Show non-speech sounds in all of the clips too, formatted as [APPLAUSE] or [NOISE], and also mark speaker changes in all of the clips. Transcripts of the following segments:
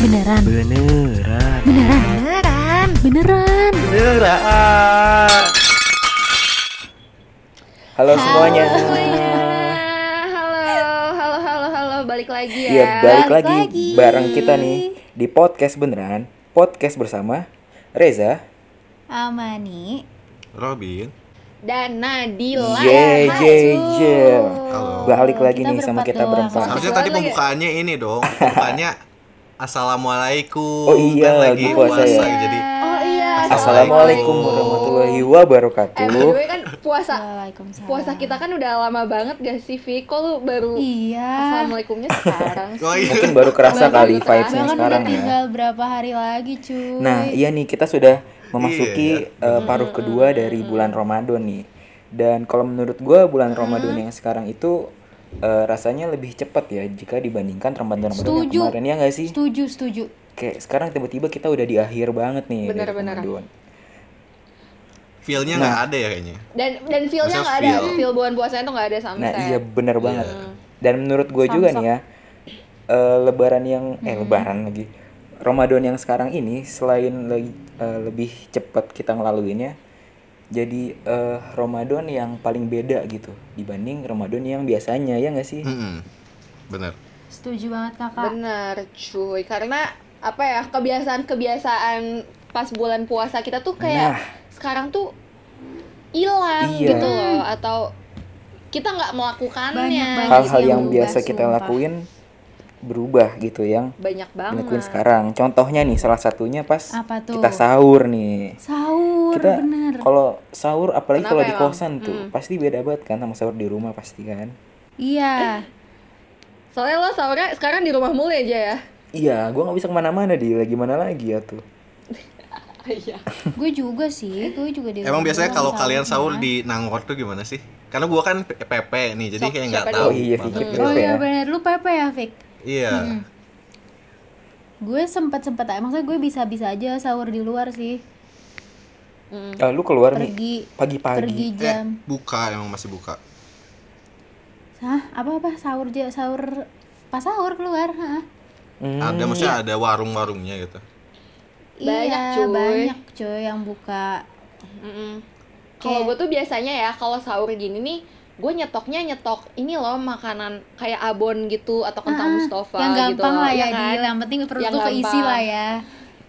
Speaker 1: Beneran.
Speaker 2: Beneran.
Speaker 1: Beneran.
Speaker 3: Beneran.
Speaker 1: Beneran.
Speaker 2: Beneran. Halo semuanya.
Speaker 3: semuanya. Halo, halo, halo, halo. Balik lagi ya.
Speaker 2: Iya, balik
Speaker 1: balik
Speaker 2: lagi
Speaker 1: lagi.
Speaker 2: bareng kita nih di podcast beneran, podcast bersama Reza.
Speaker 1: Amani.
Speaker 4: Robin.
Speaker 3: Dan
Speaker 2: Iya.
Speaker 3: Nadila.
Speaker 2: Ye ye ye.
Speaker 4: Halo.
Speaker 2: Balik lagi
Speaker 1: Kita
Speaker 2: nih sama
Speaker 1: berempat
Speaker 2: kita
Speaker 1: doang.
Speaker 2: berempat.
Speaker 4: Harusnya
Speaker 3: Kecuali
Speaker 4: tadi
Speaker 3: lagi-
Speaker 4: pembukaannya ini dong. Pembukaannya Assalamualaikum.
Speaker 2: Oh iya,
Speaker 4: Kan lagi
Speaker 2: lagi puasa ya.
Speaker 4: Jadi
Speaker 3: Oh iya.
Speaker 2: Assalamualaikum warahmatullahi wabarakatuh.
Speaker 3: Eh, by the way kan puasa
Speaker 1: Waalaikumsalam.
Speaker 3: puasa kita kan udah lama banget gak sih, Vi? Kok lu baru
Speaker 1: Iya.
Speaker 3: Assalamualaikumnya sekarang sih?
Speaker 4: Oh iya.
Speaker 2: Mungkin baru kerasa
Speaker 3: Baru
Speaker 2: kali
Speaker 3: kerasa.
Speaker 2: vibes-nya
Speaker 1: Bahkan udah
Speaker 2: sekarang ya.
Speaker 1: tinggal berapa hari lagi cuy.
Speaker 2: Nah, iya nih kita sudah memasuki eh, paruh kedua dari bulan Ramadan nih. Dan kalau menurut gua bulan
Speaker 1: Hmm.
Speaker 2: Ramadan yang sekarang itu eh, rasanya lebih cepat ya jika dibandingkan Ramadan Ramadan yang
Speaker 1: Setuju.
Speaker 2: kemarin ya nggak sih?
Speaker 1: Setuju, setuju.
Speaker 2: Kayak sekarang tiba-tiba kita udah di akhir banget nih dari
Speaker 3: Bener-bener.
Speaker 2: Ramadan.
Speaker 4: Feel-nya
Speaker 2: Nah.
Speaker 4: nggak ada ya kayaknya.
Speaker 3: Dan dan feel-nya
Speaker 4: Maksudnya
Speaker 3: gak ada,
Speaker 4: feel.
Speaker 3: feel bulan puasanya tuh gak ada sama
Speaker 2: Nah,
Speaker 3: saya.
Speaker 2: iya bener banget. Dan menurut gue juga nih ya, eh, lebaran yang eh lebaran lagi. Ramadan yang sekarang ini selain le- eh, lebih cepat kita ngelaluinnya, jadi eh, Ramadan yang paling beda gitu dibanding Ramadan yang biasanya ya nggak
Speaker 1: Mm.
Speaker 2: sih?
Speaker 4: Mm-mm. Bener.
Speaker 1: Setuju banget kakak.
Speaker 3: Bener cuy, karena apa ya kebiasaan-kebiasaan pas bulan puasa kita tuh
Speaker 2: Nah.
Speaker 3: kayak sekarang tuh hilang
Speaker 2: Iya.
Speaker 3: gitu loh atau kita nggak melakukannya
Speaker 1: Banyak banget.
Speaker 2: Hal-hal
Speaker 1: yang
Speaker 2: yang
Speaker 1: berubah,
Speaker 2: biasa kita
Speaker 1: sumpah.
Speaker 2: lakuin berubah gitu yang
Speaker 3: banyak banget
Speaker 2: dilakuin sekarang. Contohnya nih salah satunya pas
Speaker 1: Apa tuh?
Speaker 2: kita sahur nih.
Speaker 1: Sahur
Speaker 2: kita
Speaker 1: bener.
Speaker 2: kalau sahur apalagi
Speaker 3: Kenapa
Speaker 2: kalau di
Speaker 3: emang? Hmm.
Speaker 2: kosan tuh pasti beda banget kan sama sahur di rumah pasti kan
Speaker 1: Iya.
Speaker 3: soalnya lo sahurnya sekarang di rumah mulu aja ya
Speaker 2: iya gua nggak bisa kemana-mana di lagi mana lagi ya tuh
Speaker 1: Ah,
Speaker 3: iya
Speaker 1: gue juga sih, gue juga di
Speaker 4: Emang
Speaker 1: rumah
Speaker 4: biasanya
Speaker 1: doang
Speaker 4: kalau kalian
Speaker 1: sahurnya.
Speaker 4: sahur di Nangor tuh gimana sih? Karena gua kan P- PP nih, jadi
Speaker 3: Sok,
Speaker 4: kayak nggak
Speaker 3: siapa
Speaker 4: tahu.
Speaker 2: dulu? Oh iya,
Speaker 4: banget.
Speaker 2: Fikri.
Speaker 4: gitu.
Speaker 1: Oh
Speaker 2: Pepe
Speaker 1: iya
Speaker 2: ya.
Speaker 1: bener, lu pepe ya Fik?
Speaker 4: Iya.
Speaker 1: Gue sempet sempet, maksudnya gue bisa bisa aja sahur di luar sih,
Speaker 3: Mm,
Speaker 2: Ah, lu keluar nih
Speaker 1: pergi pergi
Speaker 2: pagi-pagi
Speaker 4: Eh,
Speaker 1: jam,
Speaker 4: buka emang masih buka.
Speaker 1: hah apa apa sahur aja sahur pas sahur keluar, hah?
Speaker 2: Hmm,
Speaker 4: Ada maksudnya
Speaker 3: Iya.
Speaker 4: ada warung-warungnya gitu.
Speaker 3: Banyak,
Speaker 1: iya,
Speaker 3: cuy.
Speaker 1: banyak cuy yang buka.
Speaker 3: Mm-mm. mm, kalau gue tuh biasanya ya kalau sahur gini nih gue nyetoknya nyetok ini loh makanan kayak abon gitu atau
Speaker 1: Ah,
Speaker 3: kentang mustafa
Speaker 1: yang
Speaker 3: gitu
Speaker 1: gampang
Speaker 3: loh,
Speaker 1: lah ya,
Speaker 3: kan?
Speaker 1: Dil. yang penting perut
Speaker 3: Yang
Speaker 1: tuh keisi
Speaker 3: gampang. Iya.
Speaker 1: lah ya.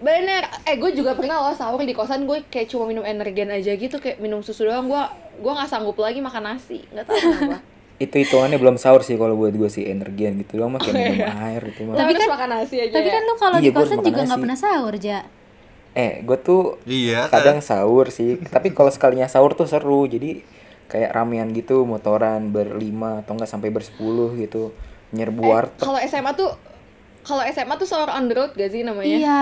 Speaker 3: Bener, eh gue juga pernah loh sahur di kosan gue kayak cuma minum energen aja gitu kayak minum susu doang gue gue nggak sanggup lagi makan nasi nggak tahu kenapa.
Speaker 2: itu hitungannya belum sahur sih kalau buat gua sih energian gitu doang mah kayak
Speaker 3: [LAUGHS]
Speaker 2: minum air gitu mah
Speaker 3: Tapi
Speaker 1: [LAUGHS] Tapi
Speaker 3: kan
Speaker 1: kan-
Speaker 3: makan nasi aja.
Speaker 1: Tapi
Speaker 3: ya.
Speaker 1: kan lu kalau
Speaker 2: Iya,
Speaker 1: di
Speaker 2: gua harus
Speaker 1: kosan
Speaker 2: makan
Speaker 1: juga nggak
Speaker 2: nasi.
Speaker 1: pernah sahur ja.
Speaker 2: eh gua tuh
Speaker 4: Iya.
Speaker 2: kadang sahur sih tapi kalau sekalinya sahur tuh seru jadi kayak ramean gitu motoran berlima atau enggak sampai bersepuluh gitu nyerbu warteg
Speaker 3: Eh, kalau SMA tuh kalau SMA tuh sahur on the road gak sih namanya?
Speaker 1: Iya,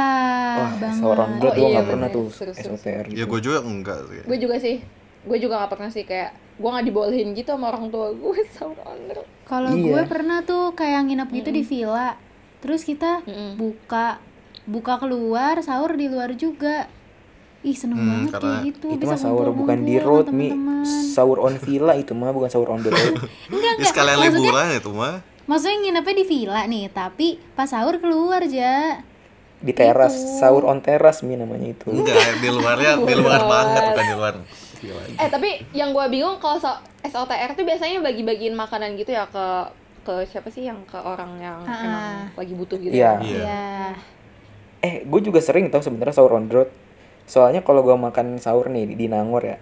Speaker 2: wah
Speaker 1: banget.
Speaker 2: sahur on
Speaker 3: Oh,
Speaker 2: gua
Speaker 3: iya,
Speaker 2: nggak pernah
Speaker 3: bener.
Speaker 2: tuh
Speaker 3: Seru, seru,
Speaker 2: SOTR gitu
Speaker 4: Ya gue juga enggak sih.
Speaker 3: Gue juga sih. Gue juga gak pernah sih kayak gue nggak dibolehin gitu sama orang tua gue [LAUGHS] sahur on the road.
Speaker 1: Kalau
Speaker 2: Iya.
Speaker 1: gue pernah tuh kayak nginep gitu di villa. Terus kita
Speaker 3: Mm-mm.
Speaker 1: buka buka keluar, sahur di luar juga. Ih, seneng
Speaker 4: Hmm,
Speaker 1: banget kayak
Speaker 4: karena
Speaker 1: gitu.
Speaker 2: itu
Speaker 1: bisa
Speaker 2: mah sahur
Speaker 1: ngumpul-ngumpul
Speaker 2: bukan di
Speaker 1: sama
Speaker 2: road mi
Speaker 1: teman-teman.
Speaker 2: sahur on villa itu mah bukan sahur on the road
Speaker 1: Enggak,
Speaker 4: Ya
Speaker 1: enggak.
Speaker 4: sekalian
Speaker 1: Maksudnya-
Speaker 4: liburan itu mah.
Speaker 1: Maksudnya nginepnya di villa nih, tapi pas sahur keluar aja.
Speaker 2: di teras sahur on teras mi namanya itu
Speaker 4: Enggak, di luarnya di luar
Speaker 3: Bukan.
Speaker 4: banget bukan di luar. Gila.
Speaker 3: Eh tapi yang gue bingung kalau sa- SLTR tuh biasanya bagi-bagiin makanan gitu ya ke ke siapa sih yang ke orang yang
Speaker 1: Ah.
Speaker 3: emang lagi butuh gitu.
Speaker 2: Iya.
Speaker 4: Iya.
Speaker 1: Iya.
Speaker 2: eh gue juga sering tau sebenarnya sahur on the road soalnya kalau gue makan sahur nih di- di Nangor ya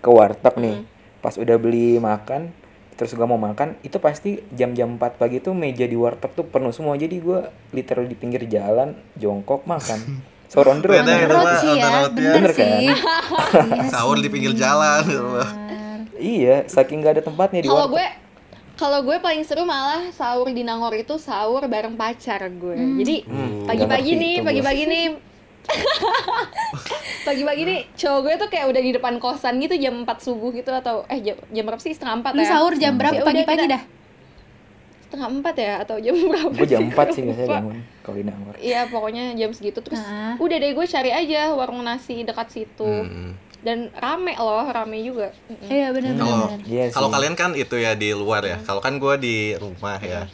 Speaker 2: ke warteg nih pas udah beli makan terus gue mau makan itu pasti jam-jam 4 pagi tuh meja di warteg tuh penuh semua jadi gue literal di pinggir jalan jongkok makan sahur on the road
Speaker 1: On the
Speaker 4: Beda
Speaker 2: kan?
Speaker 4: ya.
Speaker 1: road
Speaker 4: Bang.
Speaker 1: sih
Speaker 4: On the
Speaker 1: ya,
Speaker 4: road ya.
Speaker 1: bener,
Speaker 2: Bener kan?
Speaker 1: sih. Iya
Speaker 4: Sahur
Speaker 1: sih,
Speaker 4: di pinggir jalan. gitu.
Speaker 1: bener.
Speaker 2: iya saking gak ada tempatnya di warteg
Speaker 3: Kalau gue kalau gue paling seru malah sahur di Nangor itu sahur bareng pacar gue. Jadi
Speaker 2: Hmm, nggak ngerti
Speaker 3: pagi-pagi nih,
Speaker 2: itu
Speaker 3: pagi-pagi
Speaker 2: [LAUGHS]
Speaker 3: nih. pagi-pagi nih cowok gue tuh kayak udah di depan kosan gitu jam 4 subuh gitu atau eh jam, jam berapa sih setengah 4
Speaker 1: Lu
Speaker 3: ya?
Speaker 1: sahur jam berapa
Speaker 3: Ya udah,
Speaker 1: pagi-pagi
Speaker 3: kita-
Speaker 1: dah?
Speaker 3: Setengah 4 ya atau jam [LAUGHS] berapa?
Speaker 2: gue jam
Speaker 3: sih?
Speaker 2: 4 sih biasanya
Speaker 3: Lupa.
Speaker 2: bangun kalau di Nangor
Speaker 3: Iya, pokoknya jam segitu terus
Speaker 1: Ah.
Speaker 3: udah deh gue cari aja warung nasi dekat situ.
Speaker 4: Hmm.
Speaker 3: Dan rame loh, rame juga.
Speaker 4: Oh,
Speaker 3: Mm-mm.
Speaker 1: Iya benar benar.
Speaker 4: Kalau
Speaker 1: benar.
Speaker 2: Iya sih.
Speaker 4: kalau kalian kan itu ya di luar ya. Kalau kan gue di rumah ya.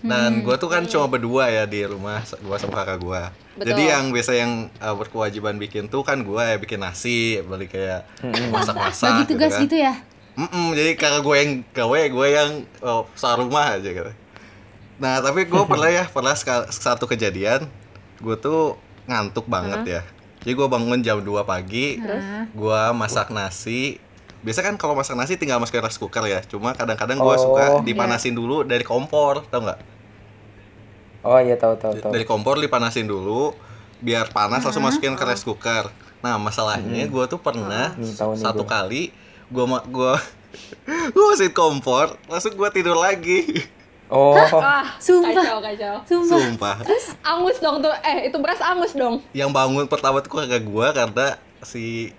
Speaker 1: Hmm.
Speaker 4: Dan gua tuh kan
Speaker 1: Iya.
Speaker 4: cuma berdua ya di rumah sa- gua sama kakak gua.
Speaker 3: Betul.
Speaker 4: Jadi yang biasa yang uh, berkewajiban bikin tuh kan gua ya bikin nasi, balik kayak masak-masak.
Speaker 1: Bagi tugas
Speaker 4: kan.
Speaker 1: gitu ya.
Speaker 4: Mm-mm, jadi kakak gue yang gawe, gue yang oh, soal rumah aja gitu. Nah tapi gue pernah ya pernah seka- satu kejadian, gue tuh ngantuk banget ya. Jadi gue bangun jam 2 pagi, gue masak nasi. Biasa kan kalau masak nasi tinggal masukin rice cooker ya. Cuma kadang-kadang gue suka
Speaker 2: Oh.
Speaker 4: dipanasin dulu dari kompor, tau nggak?
Speaker 2: Oh iya tahu tahu tahu.
Speaker 4: Dari kompor dipanasin dulu, biar panas langsung masukin ke rice cooker. Nah masalahnya
Speaker 2: Hmm.
Speaker 4: gue tuh pernah
Speaker 2: Nih, tahu nih
Speaker 4: satu
Speaker 2: Ah, gua.
Speaker 4: kali gue ma- [LAUGHS] gue gue masukin kompor, langsung gue tidur lagi.
Speaker 2: Oh,
Speaker 3: Ah,
Speaker 1: Sumpah.
Speaker 3: kacau kacau.
Speaker 1: Sumpah.
Speaker 4: Sumpah.
Speaker 3: Angus dong tuh. Eh, itu beras angus dong.
Speaker 4: Yang bangun pertama tuh kakak gue karena si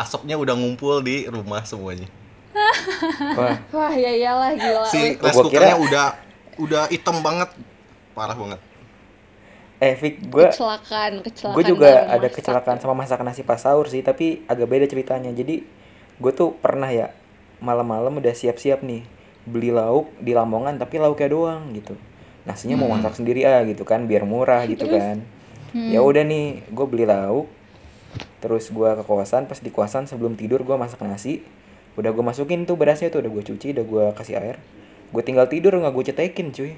Speaker 4: asapnya udah ngumpul di rumah semuanya.
Speaker 2: wah.
Speaker 3: Wah, ya iyalah gila.
Speaker 4: Si
Speaker 2: Gua
Speaker 4: rice cookernya
Speaker 2: kira-
Speaker 4: udah udah hitam banget, parah banget.
Speaker 2: Eh Vic, gue
Speaker 3: kecelakaan, kecelakaan.
Speaker 2: gue juga
Speaker 3: dalam
Speaker 2: ada
Speaker 3: masak. ya.
Speaker 2: kecelakaan sama masak nasi pas sahur sih tapi agak beda ceritanya jadi gue tuh pernah ya malam-malam udah siap-siap nih beli lauk di Lamongan tapi lauknya doang gitu nasinya mau masak sendiri ah gitu kan biar murah gitu kan
Speaker 3: Hmm.
Speaker 2: ya udah nih gue beli lauk terus gue ke kosan pas di kosan sebelum tidur gue masak nasi udah gue masukin tuh berasnya tuh udah gue cuci udah gue kasih air gue tinggal tidur nggak gue cetekin
Speaker 3: [LAUGHS]
Speaker 2: cuy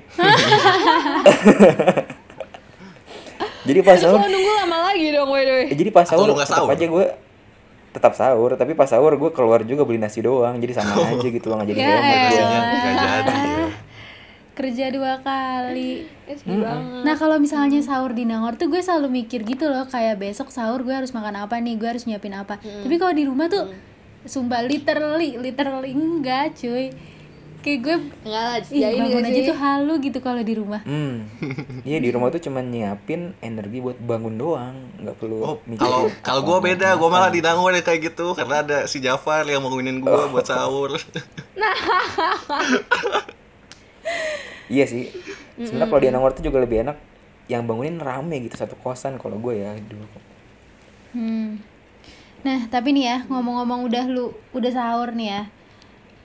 Speaker 2: [LAUGHS] jadi pas
Speaker 3: Terus
Speaker 2: sahur
Speaker 3: lo nunggu lama lagi dong, by the way.
Speaker 2: Eh, jadi pas
Speaker 4: Atau lu
Speaker 2: sahur,
Speaker 4: nggak
Speaker 2: tetap
Speaker 4: sahur?
Speaker 2: aja gue tetap sahur, tapi pas sahur gue keluar juga beli nasi doang, jadi sama
Speaker 4: Oh.
Speaker 2: aja gitu nggak jadi
Speaker 1: Ya
Speaker 3: Iya.
Speaker 1: elah.
Speaker 2: hemat gua.
Speaker 4: Nasinya nggak jadi. ya.
Speaker 1: Kerja dua kali.
Speaker 3: Eh, sedih banget.
Speaker 1: Nah kalau misalnya sahur di Nangor tuh gue selalu mikir gitu loh kayak besok sahur gue harus makan apa nih gue harus nyiapin apa.
Speaker 3: Hmm.
Speaker 1: Tapi kalau di rumah tuh sumpah literally literally enggak cuy. Kayak gue
Speaker 3: Enggak lah,
Speaker 1: ih,
Speaker 3: jadi
Speaker 1: bangun aja
Speaker 3: sih.
Speaker 1: tuh halu gitu kalau di rumah.
Speaker 2: Hmm, iya di rumah tuh cuman nyiapin energi buat bangun doang, nggak perlu
Speaker 4: Oh,
Speaker 2: mikirin
Speaker 4: kalau
Speaker 2: apa
Speaker 4: kalau gue
Speaker 2: mau
Speaker 4: beda, gue
Speaker 2: makan.
Speaker 4: malah di Nangor ya kayak gitu karena ada si Jafar yang bangunin gue buat
Speaker 3: [LAUGHS]
Speaker 4: sahur.
Speaker 2: Iya sih, sebenarnya kalau di Nangor tuh juga lebih enak yang bangunin rame gitu satu kosan kalau gue ya dulu.
Speaker 1: Hmm. Nah, tapi nih ya, ngomong-ngomong udah lu udah sahur nih ya.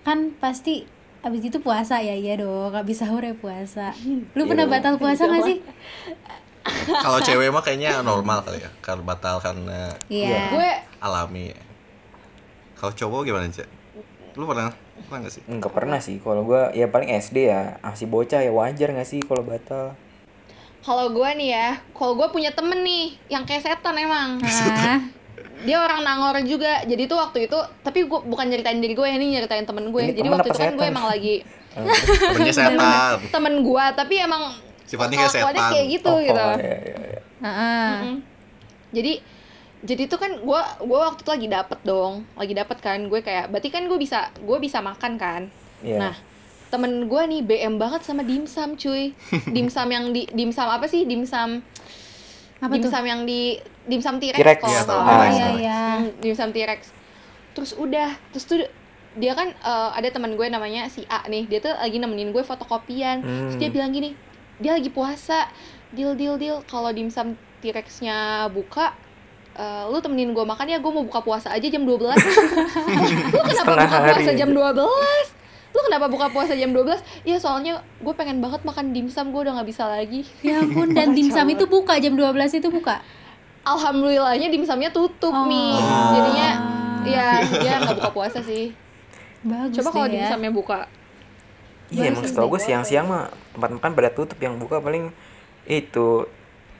Speaker 1: Kan pasti abis itu puasa ya, iya dong. Abis sahur ya puasa. Lu
Speaker 2: Iya
Speaker 1: pernah
Speaker 2: dong.
Speaker 1: batal puasa gak sih?
Speaker 4: kalau cewek mah kayaknya normal kali ya, karena batal karena
Speaker 1: Iya.
Speaker 3: Gue
Speaker 4: alami ya. Kalau cowok gimana aja? Lu pernah pernah
Speaker 3: [LAUGHS]
Speaker 4: gak sih?
Speaker 2: Enggak pernah sih, kalau gue ya paling SD ya masih bocah ya wajar nggak sih kalau batal.
Speaker 3: [LAUGHS] kalau gue nih ya, kalau gue punya temen nih yang kayak setan emang.
Speaker 1: Ah,
Speaker 3: Dia orang Nangor juga. Jadi tuh waktu itu, tapi gue bukan nyeritain diri gue ya, ini nyeritain temen gue.
Speaker 2: Ini
Speaker 3: Jadi
Speaker 2: temen
Speaker 3: waktu
Speaker 2: apa
Speaker 3: itu kan gue
Speaker 2: setan?
Speaker 3: emang lagi
Speaker 2: Eh,
Speaker 4: Temennya setan.
Speaker 3: temen gue, tapi emang
Speaker 4: Sifatnya kayak
Speaker 3: kelakuannya
Speaker 4: setan.
Speaker 3: kayak gitu
Speaker 2: Oh,
Speaker 3: gitu.
Speaker 2: iya, iya, iya.
Speaker 1: ah, ah.
Speaker 3: Mm. Jadi jadi tuh kan gue gue waktu itu lagi dapet dong, lagi dapet kan gue kayak berarti kan gue bisa gue bisa makan kan.
Speaker 2: Iya.
Speaker 3: Nah temen gue nih BM banget sama dimsum
Speaker 2: [LAUGHS]
Speaker 3: cuy, dimsum yang di dimsum apa sih dimsum
Speaker 1: Apa tuh?
Speaker 3: dimsum yang di dimsum T-Rex
Speaker 2: T-Rex.
Speaker 4: Iya,
Speaker 3: kalau nggak
Speaker 4: tahu.
Speaker 3: salah.
Speaker 1: Oh
Speaker 4: Ah.
Speaker 1: iya iya.
Speaker 3: Hmm, dimsum T-Rex. Terus udah, terus tuh dia kan eh, ada teman gue namanya si A nih, dia tuh lagi nemenin gue fotokopian. Terus dia
Speaker 2: Hmm.
Speaker 3: bilang gini, dia lagi puasa, deal deal deal. Kalau dimsum T-Rexnya buka, eh, lu temenin gue makan ya, gue mau buka puasa aja jam
Speaker 2: [LAUGHS]
Speaker 3: 12 Lu kenapa
Speaker 2: Setengah
Speaker 3: buka puasa
Speaker 2: hari.
Speaker 3: jam 12? Lu kenapa buka puasa jam 12? Iya soalnya gue pengen banget makan dimsum, gue udah nggak bisa lagi
Speaker 1: Ya ampun, dan dimsum itu buka jam 12 itu buka.
Speaker 3: Alhamdulillahnya dimsumnya tutup,
Speaker 1: Oh.
Speaker 3: Mi Jadinya, ya dia nggak buka puasa sih
Speaker 1: Bagus
Speaker 3: Coba kalau
Speaker 1: deh ya.
Speaker 3: dimsumnya buka.
Speaker 2: Iya emang setahu gue siang-siang mah tempat makan pada tutup yang buka paling itu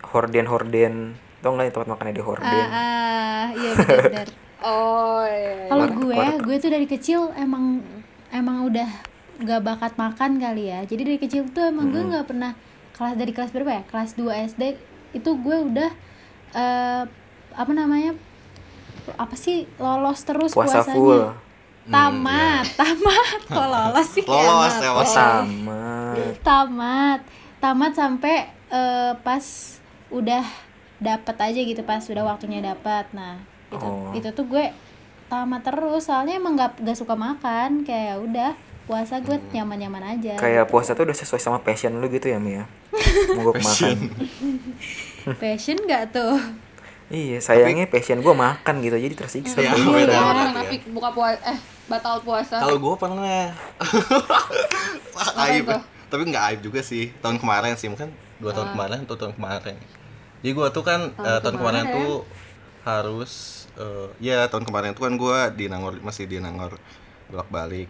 Speaker 2: horden horden tau nggak ya tempat makannya di horden
Speaker 1: Ah, ah, iya benar. benar.
Speaker 3: Oh iya.
Speaker 1: Kalau
Speaker 2: Warteg,
Speaker 1: gue,
Speaker 2: warteg.
Speaker 1: gue tuh dari kecil emang emang udah gak bakat makan kali ya. Jadi dari kecil tuh emang gue nggak pernah kelas dari kelas berapa ya? Kelas 2 SD itu gue udah eh, apa namanya? Apa sih lolos terus
Speaker 2: puasa
Speaker 1: puasanya?
Speaker 2: full Hmm, iya.
Speaker 1: Tamat, [LAUGHS] tamat. Kok lolos sih?
Speaker 4: Lolos,
Speaker 1: kiamat?
Speaker 4: lolos.
Speaker 2: sama
Speaker 1: Iya. tamat tamat sampai eh, pas udah dapat aja gitu pas udah waktunya dapat nah itu
Speaker 2: Oh.
Speaker 1: itu tuh gue tamat terus soalnya emang gak, gak suka makan kayak ya udah puasa gue nyaman nyaman aja
Speaker 2: Hmm. [LAUGHS] kayak puasa tuh udah sesuai sama passion lu gitu ya
Speaker 1: [LAUGHS]
Speaker 2: Mia Mogok makan
Speaker 1: passion gak tuh
Speaker 2: iya sayangnya passion gue makan gitu jadi tersiksa
Speaker 4: Iya,
Speaker 2: gua.
Speaker 4: beda
Speaker 3: Jangan
Speaker 4: banget
Speaker 3: orang
Speaker 4: ya.
Speaker 3: nafik buka puasa eh batal puasa.
Speaker 4: Kalau gue pernah. Aib.
Speaker 3: tuh?
Speaker 4: tapi nggak aib juga sih tahun kemarin sih mungkin dua tahun kemarin atau tahun kemarin jadi gue tuh kan eh, tahun, kemarin,
Speaker 1: kemarin.
Speaker 4: tuh harus eh, ya tahun kemarin tuh kan gue di Nangor masih di Nangor bolak balik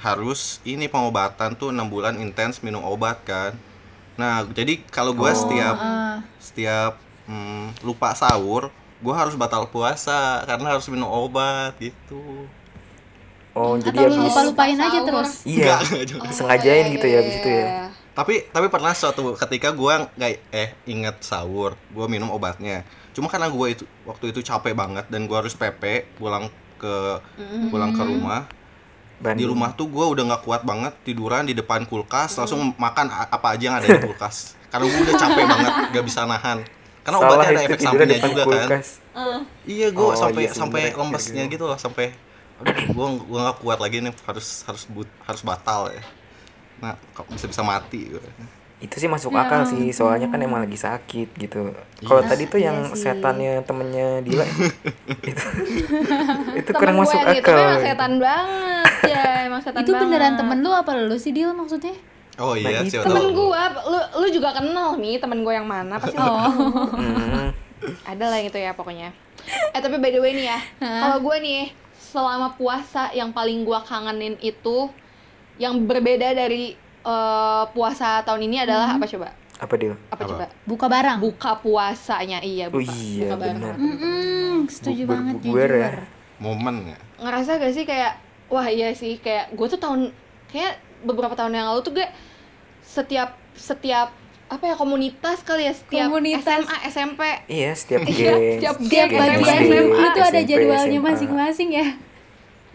Speaker 4: harus ini pengobatan tuh enam bulan intens minum obat kan nah jadi kalau gue setiap
Speaker 1: Eh,
Speaker 4: setiap mm, lupa sahur gue harus batal puasa karena harus minum obat gitu
Speaker 2: Oh,
Speaker 1: atau lu Oh,
Speaker 2: jadi habis
Speaker 1: lupa lupain aja
Speaker 3: Sahur.
Speaker 1: terus
Speaker 2: Iya.
Speaker 4: Nggak, nggak juga.
Speaker 2: Sengajain gitu ya habis
Speaker 1: iya,
Speaker 2: itu ya.
Speaker 3: Iya.
Speaker 4: tapi tapi pernah suatu ketika gua nggak eh inget sahur gua minum obatnya cuma karena gua itu waktu itu capek banget dan gua harus PP pulang ke pulang ke rumah
Speaker 1: iya.
Speaker 2: Bandung.
Speaker 4: di rumah tuh gua udah nggak kuat banget tiduran di depan kulkas langsung makan a- apa aja yang ada di kulkas karena gua udah capek banget nggak bisa nahan karena
Speaker 2: Salah
Speaker 4: obatnya ada
Speaker 2: itu
Speaker 4: efek
Speaker 2: tidurnya
Speaker 4: sampingnya
Speaker 2: depan
Speaker 4: juga kan
Speaker 2: kulkas.
Speaker 4: Iya, gue
Speaker 2: Oh,
Speaker 4: sampai
Speaker 2: iya sih,
Speaker 4: sampai
Speaker 2: bener.
Speaker 4: lemesnya
Speaker 2: Iya,
Speaker 4: gitu loh, sampai aduh, gue gue nggak kuat lagi nih, harus harus but, harus batal ya. Nah, kok bisa bisa mati gue.
Speaker 2: Itu sih masuk
Speaker 3: Ya
Speaker 2: akal sih, soalnya kan emang lagi sakit gitu. Kalau tadi tuh
Speaker 1: Iya
Speaker 2: yang
Speaker 1: sih.
Speaker 2: setannya temennya Dila ya?
Speaker 3: [LAUGHS]
Speaker 2: itu, itu
Speaker 3: Temen
Speaker 2: kurang
Speaker 3: gue
Speaker 2: masuk
Speaker 3: yang itu
Speaker 2: akal.
Speaker 3: memang setan banget ya emang setan
Speaker 1: itu beneran
Speaker 3: banget.
Speaker 1: temen lu apa lu sih Dil maksudnya
Speaker 4: Oh iya,
Speaker 2: itu.
Speaker 4: sih
Speaker 3: temen
Speaker 4: tahu.
Speaker 3: gue lu lu juga kenal nih temen gue yang mana pasti lu kenal.
Speaker 2: Hmm.
Speaker 3: ada lah yang itu ya pokoknya eh tapi by the way nih ya kalau gue nih selama puasa yang paling gue kangenin itu yang berbeda dari eh, puasa tahun ini adalah apa coba
Speaker 2: Apa Dil?
Speaker 3: apa, coba
Speaker 1: buka barang
Speaker 3: buka puasanya iya
Speaker 2: Oh
Speaker 3: buka
Speaker 2: iya
Speaker 3: buka bareng.
Speaker 2: benar.
Speaker 1: Hmm. Mm-mm, setuju
Speaker 2: Bukber-
Speaker 1: banget
Speaker 2: bukber
Speaker 1: jujur
Speaker 2: ya.
Speaker 4: Momen ya.
Speaker 3: ngerasa gak sih kayak wah iya sih kayak gue tuh tahun kayak beberapa tahun yang lalu tuh gue setiap setiap apa ya komunitas kali ya setiap
Speaker 1: Komunitas.
Speaker 3: SMA SMP
Speaker 2: Iya, setiap
Speaker 3: Iya,
Speaker 2: geng.
Speaker 3: setiap
Speaker 1: tiap
Speaker 3: geng
Speaker 2: geng
Speaker 1: bagian
Speaker 2: SD,
Speaker 3: SMA.
Speaker 1: itu ada
Speaker 2: SMP,
Speaker 1: jadwalnya
Speaker 2: SMA.
Speaker 1: masing-masing ya